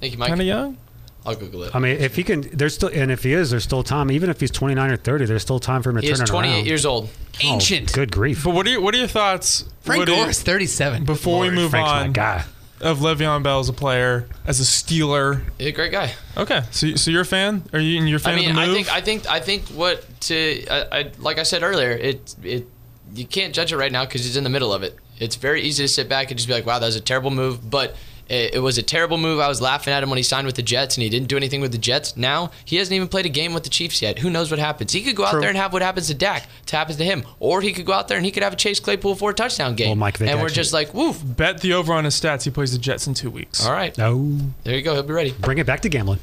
Thank you, Mike.
kind of young.
I'll Google it.
I mean, if he can, there's still, and if he is, there's still time. Even if he's 29 or 30, there's still time for him to
He
turn
is
it
28
around.
years old.
Oh,
Ancient.
good grief.
But what are your, what are your thoughts?
Frank
what are-
Gore is 37.
before we move
Frank's my
on
guy.
of Le'Veon Bell as a player, as a Steeler.
He's a great guy.
Okay, so so you're a fan? Are you and you're a fan
I mean,
of the move?
I think I think I think what to I, I like I said earlier, it it you can't judge it right now because he's in the middle of it. It's very easy to sit back and just be like, wow, that was a terrible move, but. It it was a terrible move. I was laughing at him when he signed with the Jets, and he didn't do anything with the Jets. Now he hasn't even played a game with the Chiefs yet. Who knows what happens? He could go out there and have what happens to Dak, to happens to him, or he could go out there and he could have a Chase Claypool for a touchdown game.
Well, Mike Vick
and we're
actually-
just like, woof.
Bet the over on his stats. He plays the Jets in two weeks.
All right,
Oh,
there you go. He'll be ready.
bring it back to gambling.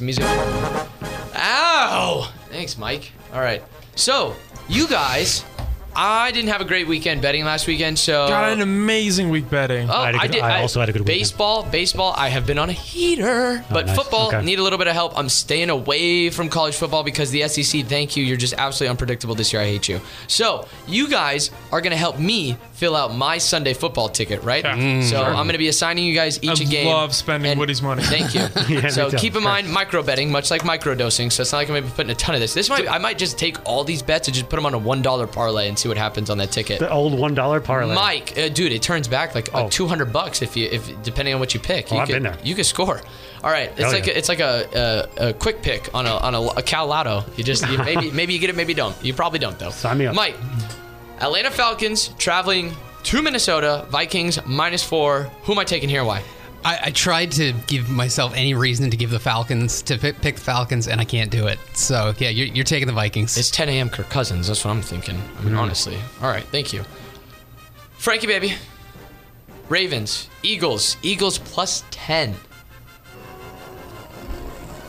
Music. Ow! Thanks, Mike. All right. So, you guys, I didn't have a great weekend betting last weekend, so.
Got an amazing week betting.
Oh,
I had a good- I also had a good weekend. Oh,
baseball. Baseball, I have been on a heater, but
nice.
football
Okay.
need a little bit of help. I'm staying away from college football because the SEC. Thank you, you're just absolutely unpredictable this year. I hate you. So you guys are gonna help me fill out my Sunday football ticket, right? so I'm gonna be assigning you guys each
Mm, I
a game.
love spending
and-
Woody's money.
Thank you.
Yeah, me
so
too.
keep in mind micro betting, much like micro dosing. So it's not like I'm gonna be putting a ton of this. This might I might just take all these bets and just put them on a one dollar parlay and see what happens on that ticket.
The old one dollar parlay.
Mike, uh, dude, it turns back like uh,
Oh.
200 bucks if you if depending on what you pick.
Oh,
you
I've
could,
been there.
You could score. All right, it's
Hell
like
yeah.
a, it's like a, a, a quick pick on a on a, a Cal Lotto. You just you, maybe maybe you get it, maybe you don't. You probably don't though.
Sign me up.
Mike. Atlanta Falcons traveling to Minnesota. Vikings minus four. Who am I taking here? and Why?
I, I tried to give myself any reason to give the Falcons to pick, pick the Falcons, and I can't do it. So yeah, you're, you're taking the Vikings.
It's 10 a.m. Kirk Cousins. That's what I'm thinking. I
Mm-hmm.
mean, honestly. All right, thank you, Frankie baby. Ravens, Eagles, Eagles plus 10.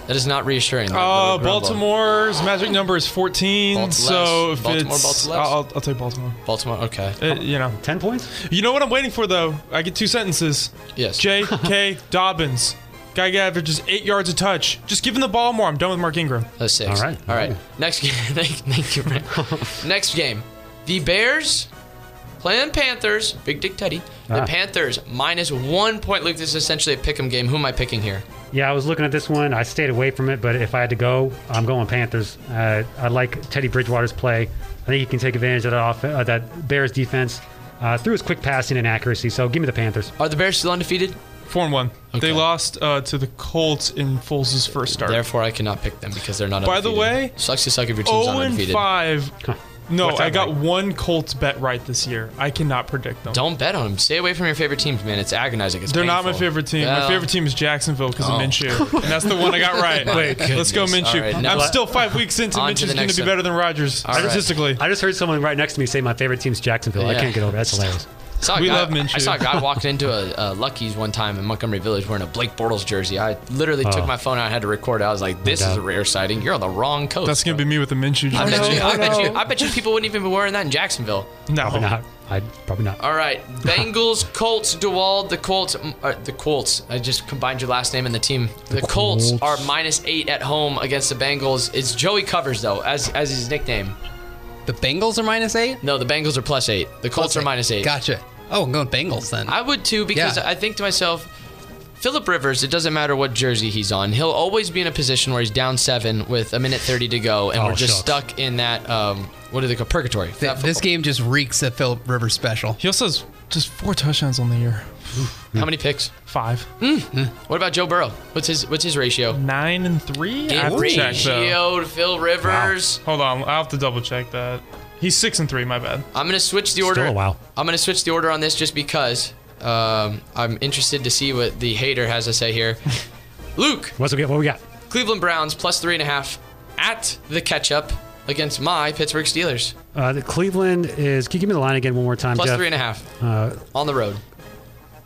That is not reassuring.
Oh,
Uh,
Little Grumble.
Baltimore's magic number is 14.
Baltimore
so
less.
if
Baltimore,
it's,
Baltimore less.
I'll, I'll take Baltimore.
Baltimore. Okay.
Uh, you know,
Ten points?
you know what I'm waiting for though. I get two sentences.
Yes.
J.K. Dobbins, guy averages eight yards a touch. Just give him the ball more. I'm done with Mark Ingram.
That's six.
All right.
All right. Next game. thank, thank you, Brent. Next game. The Bears playing Panthers. Big Dick Teddy. The
Ah.
Panthers minus one point. Luke, this is essentially a pick 'em game. Who am I picking here?
Yeah, I was looking at this one. I stayed away from it, but if I had to go, I'm going Panthers. Uh, I like Teddy Bridgewater's play. I think he can take advantage of that, off- uh, that Bears defense uh, through his quick passing and accuracy. So give me the Panthers.
Are the Bears still undefeated?
Four and one.
Okay.
They lost uh, to the Colts in Foles' first start.
Therefore, I cannot pick them because they're not
By the
undefeated.
way,
sucks to suck if your team's not
0 and
undefeated.
5. No,
What's that
I got
like?
one Colts bet right this year. I cannot predict them.
Don't bet on them. Stay away from your favorite teams, man. It's agonizing. It's
They're not my
painful.
favorite team.
Well,
My favorite team is Jacksonville because
Oh.
of Minshew, and that's the one I got right. Wait, let's go
goodness.
Minshew.
All right, now-
I'm still five weeks into
On to the
Minshew's going
next
to be
one.
better than Rodgers
All right.
statistically.
I just heard someone right next to me say my favorite team's Jacksonville. I
Yeah.
can't get over it. That's hilarious.
saw a
We
guy-
love Minshew.
I saw a guy walking into a, a Lucky's one time in Montgomery Village wearing a Blake Bortles jersey. I literally took
Oh.
my phone out and had to record it. I was like, this is
doubt.
a rare sighting. You're on the wrong coast.
That's going to
bro."
be me with the Minshew.
I bet,
jersey.
you, I, bet you, I bet you people wouldn't even be wearing that in Jacksonville.
Probably
No,
not. I probably not.
Oh. All right, Bengals, Colts, Dewald, the Colts, mm, uh, the Colts. I just combined your last name and the team. The Colts,
Colts.
are minus eight at home against the Bengals. It's Joey Covers though, as as his nickname.
the Bengals are minus eight.
No, the Bengals are plus eight. The Colts are minus eight.
Gotcha. Oh, I'm going Bengals then.
I would too because
Yeah.
I think to myself, Philip Rivers. It doesn't matter what jersey he's on. He'll always be in a position where he's down seven with a minute thirty to go, and
Oh,
we're just
shucks.
stuck in that um, what do they call purgatory?
Th- this game just reeks of Philip Rivers special.
he also has just four touchdowns on the year.
How many picks?
Five,
What about Joe Burrow? What's his what's his ratio?
nine, and three. I have to check though.
ratio to Phil Rivers.
Hold on, I have to double check that. He's six and three. My bad.
I'm gonna switch the order.
Still a wow.
I'm gonna switch the order on this just because um, I'm interested to see what the hater has to say here. Luke,
What's we got? What we got?
Cleveland Browns plus three and a half at the catch up against my Pittsburgh Steelers.
Uh, the Cleveland is. Can you give me the line again one more time,
Plus
Jeff?
three and a half
uh,
on the road.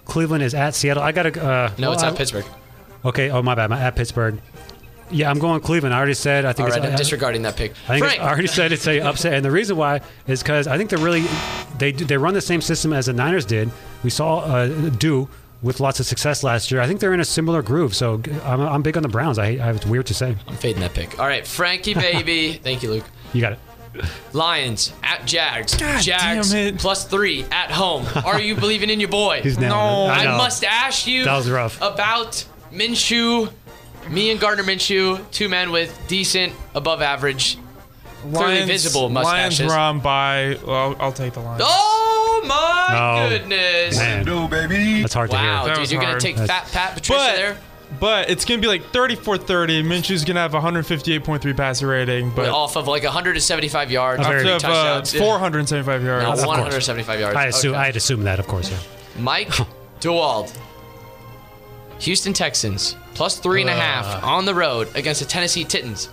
Cleveland is at Seattle. I got to. Uh,
No,
well,
it's
I-
at Pittsburgh.
Okay. Oh my bad. My at Pittsburgh. Yeah, I'm going Cleveland. I already said. I
All
think
right,
it's
I'm
I-
disregarding that pick.
I think
Frank,
it's I already said it's a upset, and the reason why is because I think they're really they do- they run the same system as the Niners did. We saw uh, do with lots of success last year. I think they're in a similar groove. So g- I'm, I'm big on the Browns. I, I it's weird to say.
I'm fading that pick. All right, Frankie, baby. Thank you, Luke.
You got it.
Lions at Jags. Jags
damn it.
plus three at home. Are you believing in your boy?
He's nailing
No.
it.
I
I,
know.
must ask you
That was rough.
about Minshew, me and Gardner Minshew, two men with decent, above average. Clearly visible
Lions
mustaches.
run by. well, I'll, I'll take the Lions.
Oh my
No.
goodness!
Man,
Do baby.
that's hard to
Wow,
hear.
That
dude,
was
you're gonna
hard.
take Fat
That's-
Pat Patricia
But
there.
but it's gonna be like 34-30. Minshew's gonna have 158.3 passer rating, but
off of like 175 yards,
Up
I
there.
have
three
to have uh,
touchdowns. Yeah.
475
No,
yards.
course.
175 yards.
I assume
Okay.
I'd assume that, of course. Yeah.
Mike DeWald. Houston Texans plus three
Uh.
and a half on the road against the Tennessee Titans.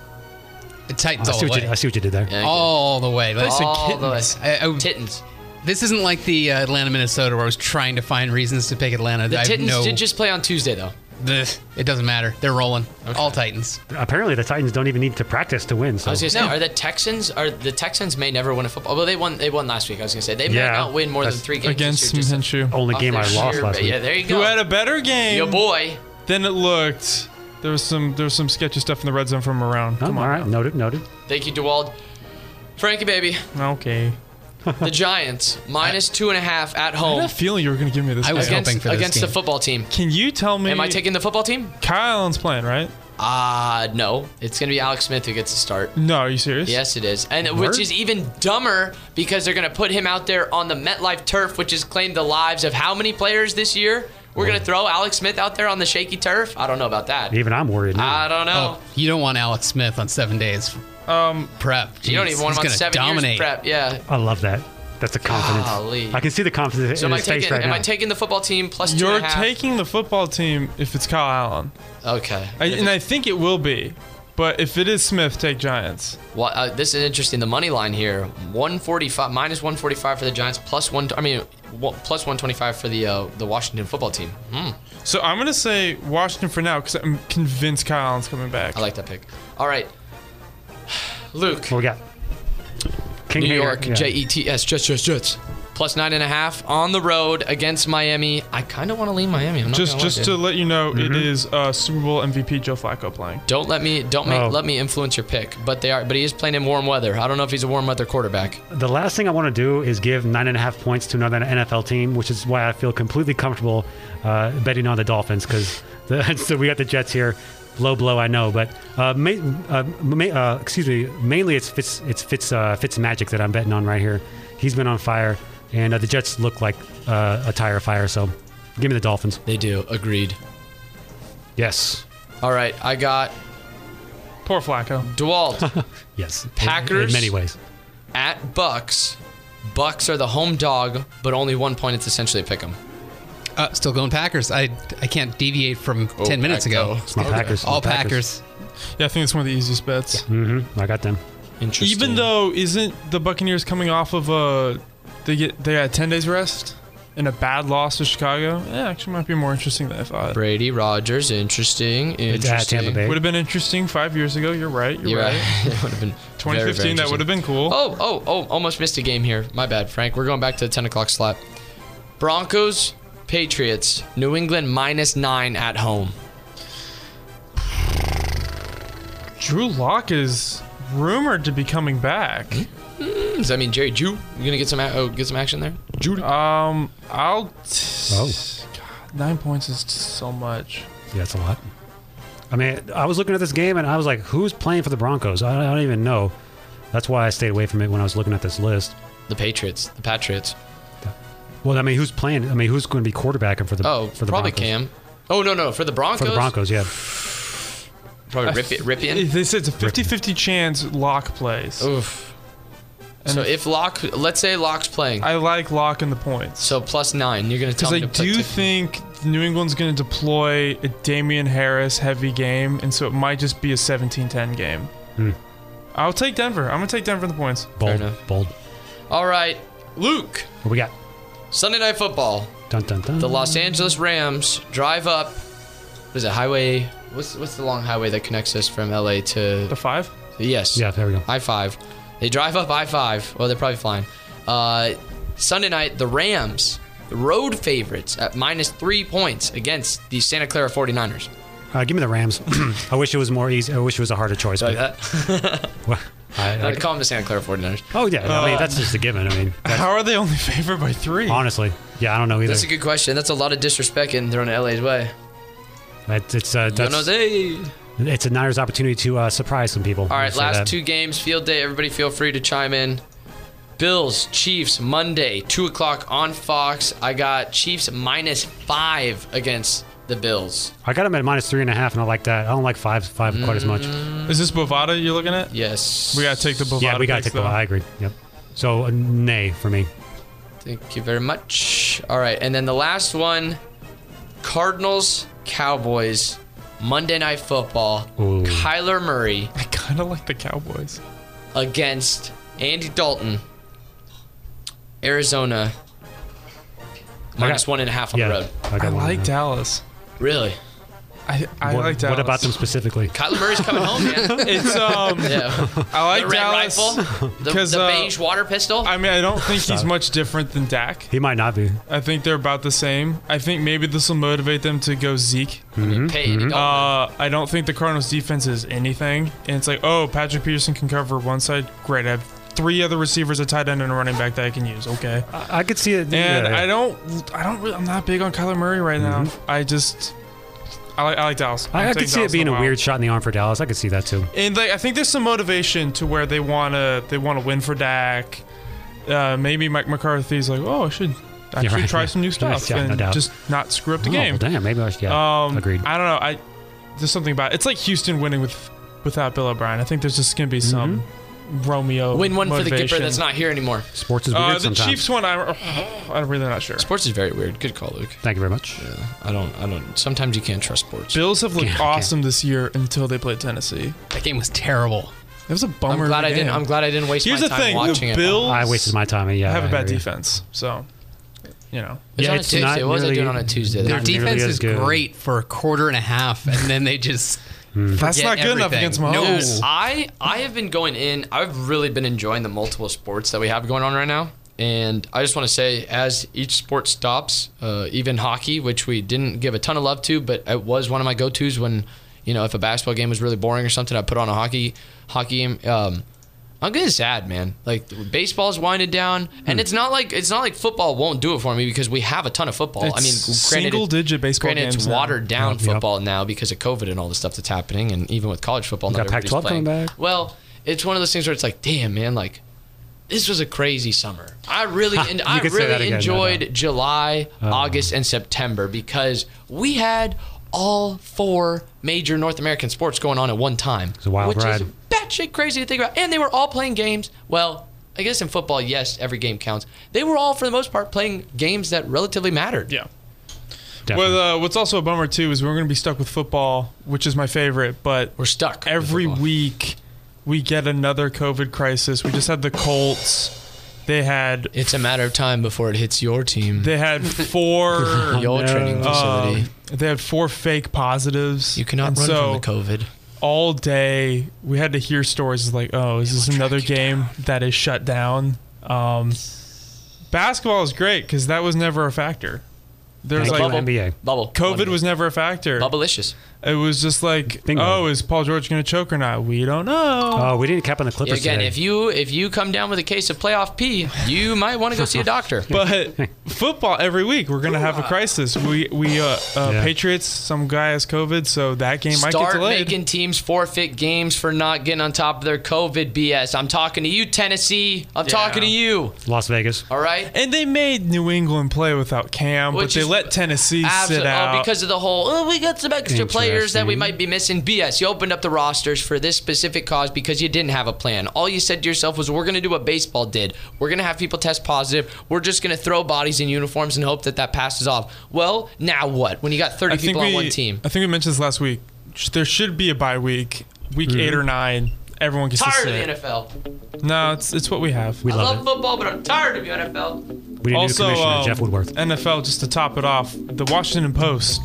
The Titans
I
all
see,
the
what
way.
you, I see what you did there.
Yeah,
all the way. Like,
okay. All the
kittens.
way.
I- I-
Titans.
this isn't like the uh, Atlanta Minnesota where I was trying to find reasons to pick Atlanta.
The
I have
Titans
no-
did just play on Tuesday though.
Bleh. it doesn't matter. They're rolling. All Titans.
Oh.
Apparently, the Titans don't even need to practice to win. So
I was gonna say,
No.
are the Texans are the Texans may never win a football? Well, they won. They won last week. I was gonna say they may
Yeah.
not win more than
That's
three games this
against
year, just
Minshew.
only
off
game I
their
lost
sheer-
last week.
Yeah, there you
Who had
go.
a better
Your
game
boy.
than it looked. There was some there was some sketchy stuff in the red zone from around.
Oh,
Come
all
on.
right, noted, noted.
Thank you, Dewald. Frankie, baby.
Okay.
The Giants minus two and a half at
I
home
had a feeling you were going to give me this.
I was
game.
against,
hoping for this
against the
game.
football team.
Can you tell me?
Am I taking the football team?
Kyle Allen's playing, right?
Uh no. It's gonna be Alex Smith who gets the start.
No, are you serious?
Yes, it is, and
Word?
which is even dumber because they're going to put him out there on the MetLife turf, which has claimed the lives of how many players this year? We're going to throw Alex Smith out there on the shaky turf. I don't know about that.
Even I'm worried now.
I don't know.
Oh, you don't want Alex Smith on seven days
Um,
prep.
you don't even want
Jeez,
him on
he's
seven
gonna
years
dominate.
prep. Yeah,
I love that. That's the confidence.
Golly.
I can see the confidence
So
in
am I
his face
taking?
right
am
now.
I taking the football team plus two and
You're
a half?
taking the football team if it's Kyle Allen,
Okay.
I, and I think it will be. But if it is Smith, take Giants.
Well, uh, this is interesting. The money line here: one forty-five minus one forty-five for the Giants, plus one. I mean, one, plus one twenty-five for the uh, the Washington football team. Hmm.
So I'm gonna say Washington for now because I'm convinced Kyle Allen's coming back.
I like that pick. All right, Luke.
what we got? King
New
Hater,
York,
yeah.
J E T S, Jets, Jets, Jets. Plus nine and a half on the road against Miami. I kind of want to lean Miami. I'm not
just
gonna lie,
just
dude.
to let you know, it is uh, Super Bowl MVP Joe Flacco playing.
don't let me don't make,
Oh.
let me influence your pick. But they are but he is playing in warm weather. I don't know if he's a warm weather quarterback.
The last thing I want to do is give nine and a half points to another NFL team, which is why I feel completely comfortable uh, betting on the Dolphins because so we got the Jets here. Low blow, I know, but uh, ma- uh, ma- uh, excuse me. Mainly, it's Fitz, it's Fitz, uh, Fitz Magic that I'm betting on right here. He's been on fire, and uh, the Jets look like uh, a tire fire. So, give me the Dolphins.
They do. Agreed.
Yes,
All right, I got
Poor Flacco.
Dewalt
yes. In- in,
Packers?
many ways.
at Bucks. Bucks are the home dog, but only one point. It's essentially a pick 'em.
Uh, still going Packers. I I can't deviate from ten minutes ago.
Pack-o.
It's my Packers.
All
my
Packers.
Yeah, I think it's one of the easiest bets.
Mm-hmm. I got them.
Interesting.
Even though isn't the Buccaneers coming off of a they get they had ten days rest and a bad loss to Chicago? Yeah, actually might be more interesting than I thought.
Brady Rogers, interesting.
It's
Interesting.
at Tampa Bay.
Would have been interesting five years ago. You're right. You're,
You're
right.
right. it would have been very, very
2015. that
interesting.
would have been cool.
Oh, oh, oh, almost missed a game here. My bad, Frank. We're going back to the 10 o'clock slot. Broncos, Patriots, New England minus nine at home.
Drew Lock is rumored to be coming back.
Does that mean Jerry Jew? You gonna get some a- oh, get some action there?
Judy. Um, I'll. T-
Oh.
God, nine points is t- so much.
Yeah, it's a lot. I mean, I was looking at this game and I was like, who's playing for the Broncos? I don't, I don't even know. That's why I stayed away from it when I was looking at this list.
The Patriots, the Patriots.
Well, I mean, who's playing? I mean, who's going to be quarterbacking for the
Oh,
for the
probably
Broncos?
Cam. Oh no no for the Broncos.
For the Broncos, yeah.
Probably Rip- Ripien.
They said it's a 50-50 chance Lock plays.
Oof.
And
so
if-
if Locke, let's say Locke's playing,
I like Lock in the points
so plus nine. You're gonna tell
because
me
I
to put-
do
to-
think New England's going to deploy a Damian Harris heavy game, and so it might just be a 17-10 game.
Hmm.
I'll take Denver. I'm gonna take Denver in the points.
Bold,
enough.
bold.
All right, Luke.
What we got?
Sunday Night Football.
Dun dun dun.
The Los Angeles Rams drive up. What is it? Highway. What's what's the long highway that connects us from LA
The
to?
five.
Yes.
Yeah, there we go.
I five. They drive up I five. Well, they're probably flying. Uh, Sunday night, the Rams, the road favorites at minus three points against the Santa Clara 49ers.
Uh, give me the Rams. I wish it was more easy. I wish it was a harder choice.
Like
but-
that.
I- I-
I'd call them the Santa Clara 49ers.
oh yeah, I mean that's just a given. I mean, that's,
How are they only favored by three?
honestly, yeah, I don't know either.
That's a good question. That's a lot of disrespect and thrown LA's way.
That- it's uh,
Don
that's,
Jose.
it's a Niners opportunity to uh, surprise some people.
All right,
So
last
that-
two games, field day. Everybody feel free to chime in. Bills, Chiefs, Monday, 2 o'clock on Fox. I got Chiefs minus five against the Bills.
I got them at minus three and a half, and I like that. I don't like five five quite as much.
Mm.
Is this Bovada you're looking at?
Yes.
We gotta take the Bovada.
Yeah, we gotta
picks,
take the.
though.
I agree. Yep. So a nay for me.
Thank you very much. All right, and then the last one Cardinals, Cowboys, Monday Night Football.
Ooh.
Kyler Murray
I kind of like the Cowboys.
against Andy Dalton, Arizona, minus one and a half on
yeah,
the road.
I
one. uh,
like Dallas.
Really?
I, I
What,
like Dallas.
what about them specifically?
Kyler Murray's coming home, man.
It's um.
Yeah.
I like
the red
Dallas.
rifle, the,
'Cause,
the
uh,
beige water pistol.
I mean, I don't think he's
Stop.
much different than Dak.
He might not be.
I think they're about the same. I think maybe this will motivate them to go Zeke.
Pay Andy Dalton.
Mm-hmm.
Uh, I don't think the Cardinals' defense is anything, and it's like, oh, Patrick Peterson can cover one side. Great, I have three other receivers, a tight end, and a running back that I can use. Okay,
I, I could see it.
and
Uh, yeah. Mm-hmm.
I don't, I don't, really, I'm not big on Kyler Murray right now. I just, I like, I like Dallas. I'm
I, I
taking
could see it
Dallas in
being a
while.
weird shot in the arm for Dallas. I could see that too.
And like I think there's some motivation to where they wanna they wanna win for Dak. Uh, maybe Mike McCarthy's like, oh, I should actually
right,
try
yeah.
some new
Yeah,
stuff
yeah, no
and
doubt.
just not screw up the
oh,
game.
Damn, maybe I should. Yeah,
Um,
agreed.
I don't know.
Mm-hmm.
I there's something about it. it's like Houston winning with without Bill O'Brien. I think there's just gonna be some Romeo.
Win one for the
motivation.
Gipper that's not here anymore.
Sports is weird
Uh, the
sometimes.
Chiefs one, I'm, I'm really not sure.
Sports is very weird. Good call, Luke.
Thank you very much.
I don't. I don't. Sometimes you can't trust sports.
Bills have looked
Yeah, okay.
awesome this year until they played Tennessee.
That game was terrible.
It was a
I'm
bummer.
glad
of a
I didn't.
game.
I'm glad I didn't waste
Here's
my
the
time
thing:
watching
the
it.
Bills
I wasted my time. Yeah,
have a
I
bad
agree.
defense, so you know.
It was
Yeah,
on a
it's
Tuesday.
not
what was I doing
really-
on a Tuesday?
They're
Their
Not
That-
nearly
defense
as
is
good.
great for a quarter and a half, and then they just
That's
Mm-hmm.
forget
not good enough
everything.
against Mahomes.
No.
Dude,
I I have been going in. I've really been enjoying the multiple sports that we have going on right now. And I just want to say, as each sport stops, uh, even hockey, which we didn't give a ton of love to, but it was one of my go-tos when, you know, if a basketball game was really boring or something, I put on a hockey hockey game. Um, I'm getting sad, man. Like baseball's winded down, and
Hmm.
it's not like it's not like football won't do it for me because we have a ton of football. I
It's
mean, granted,
single-digit baseball
Granted,
games
it's
now.
watered down
Yep, yep.
football now because of COVID and all the stuff that's happening, and even with college football,
We
not
got
everybody's
Pac-12
playing.
coming back.
Well, it's one of those things where it's like, damn, man, like this was a crazy summer. I really, and
You
I
could say that
really
again, no
enjoyed
doubt. Oh.
July, August, and September because we had all four major North American sports going on at one time.
a wild
which
ride.
is batshit crazy to think about. And they were all playing games. Well. I guess in football, yes, every game counts. They were all, for the most part, playing games that relatively mattered.
Yeah.
Definitely.
Well, uh, what's also a bummer too is we're going to be stuck with football, which is my favorite. But
We're stuck. with
every
football.
week we get another COVID crisis. We just had the Colts. They had
It's a matter of time before it hits your team.
they had four.
your
no.
training facility.
uh, um, they had four fake positives.
you cannot
And
run
so
from the COVID.
all day we had to hear stories like, "Oh, is this another game that is shut down?" Um, basketball is great because that was never a factor. There was
Thank
like
you, NBA.
Bubble.
COVID
One-
was never a factor.
bubblicious.
It was just like,
Bingo.
oh, is Paul George going to choke or not? We don't know.
Oh, we didn't cap on the Clippers
Again,
today.
if you if you come down with a case of playoff P, you might want to go see a doctor.
But football every week we're going to have a crisis. We we uh, uh,
Yeah.
Patriots. Some guy has COVID, so that game might get
Start
delayed.
making teams forfeit games for not getting on top of their COVID BS. I'm talking to you, Tennessee. I'm
Yeah.
talking to you.
Las Vegas.
All right.
and they made New England play without Cam,
Which
but they
is-
let Tennessee
Absolutely.
sit out.
oh, because of the whole, oh, we got some extra players that we
Interesting.
might be missing. BS. You opened up the rosters for this specific cause because you didn't have a plan. All you said to yourself was, we're going to do what baseball did. We're going to have people test positive. We're just going to throw bodies in uniforms and hope that that passes off. Well, now what? When you got 30 people on one team.
I think we mentioned this last week. Sh- There should be a bye week, week
Mm-hmm.
eight or nine. Everyone gets
Tired
to sit.
of the NFL.
No, it's it's what we have.
We
I
love
love
it.
football, but I'm tired of you, NFL.
We need a
also,
new commissioner,
um,
Jeff Woodworth.
NFL. Just to top it off, the Washington Post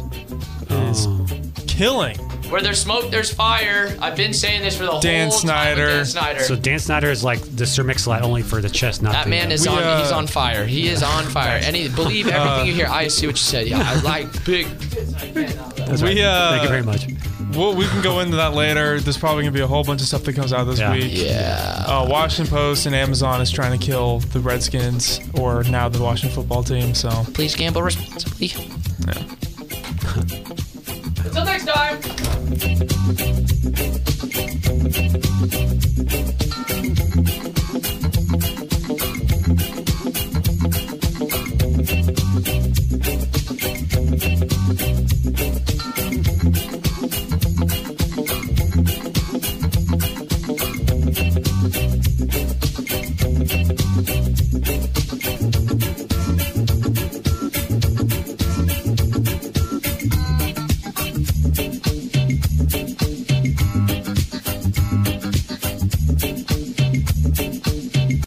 is
Oh.
killing.
Where there's smoke, there's fire. I've been saying this for the
Dan
whole
Snyder.
time. with Dan Snyder.
So Dan Snyder is like the Sir Mix-a-Lot only for the chest, not
That
the,
man
uh,
is on.
uh,
he's on fire. He is on fire. And he, believe everything you hear. I see what you said. Yeah, I like big.
That's
we,
right.
uh,
Thank you very much.
Well, we can go into that later. There's probably gonna be a whole bunch of stuff that comes out this
Yeah.
week.
Yeah.
Uh, Washington Post and Amazon is trying to kill the Redskins, or now the Washington football team. So
Please gamble responsibly. Until next time.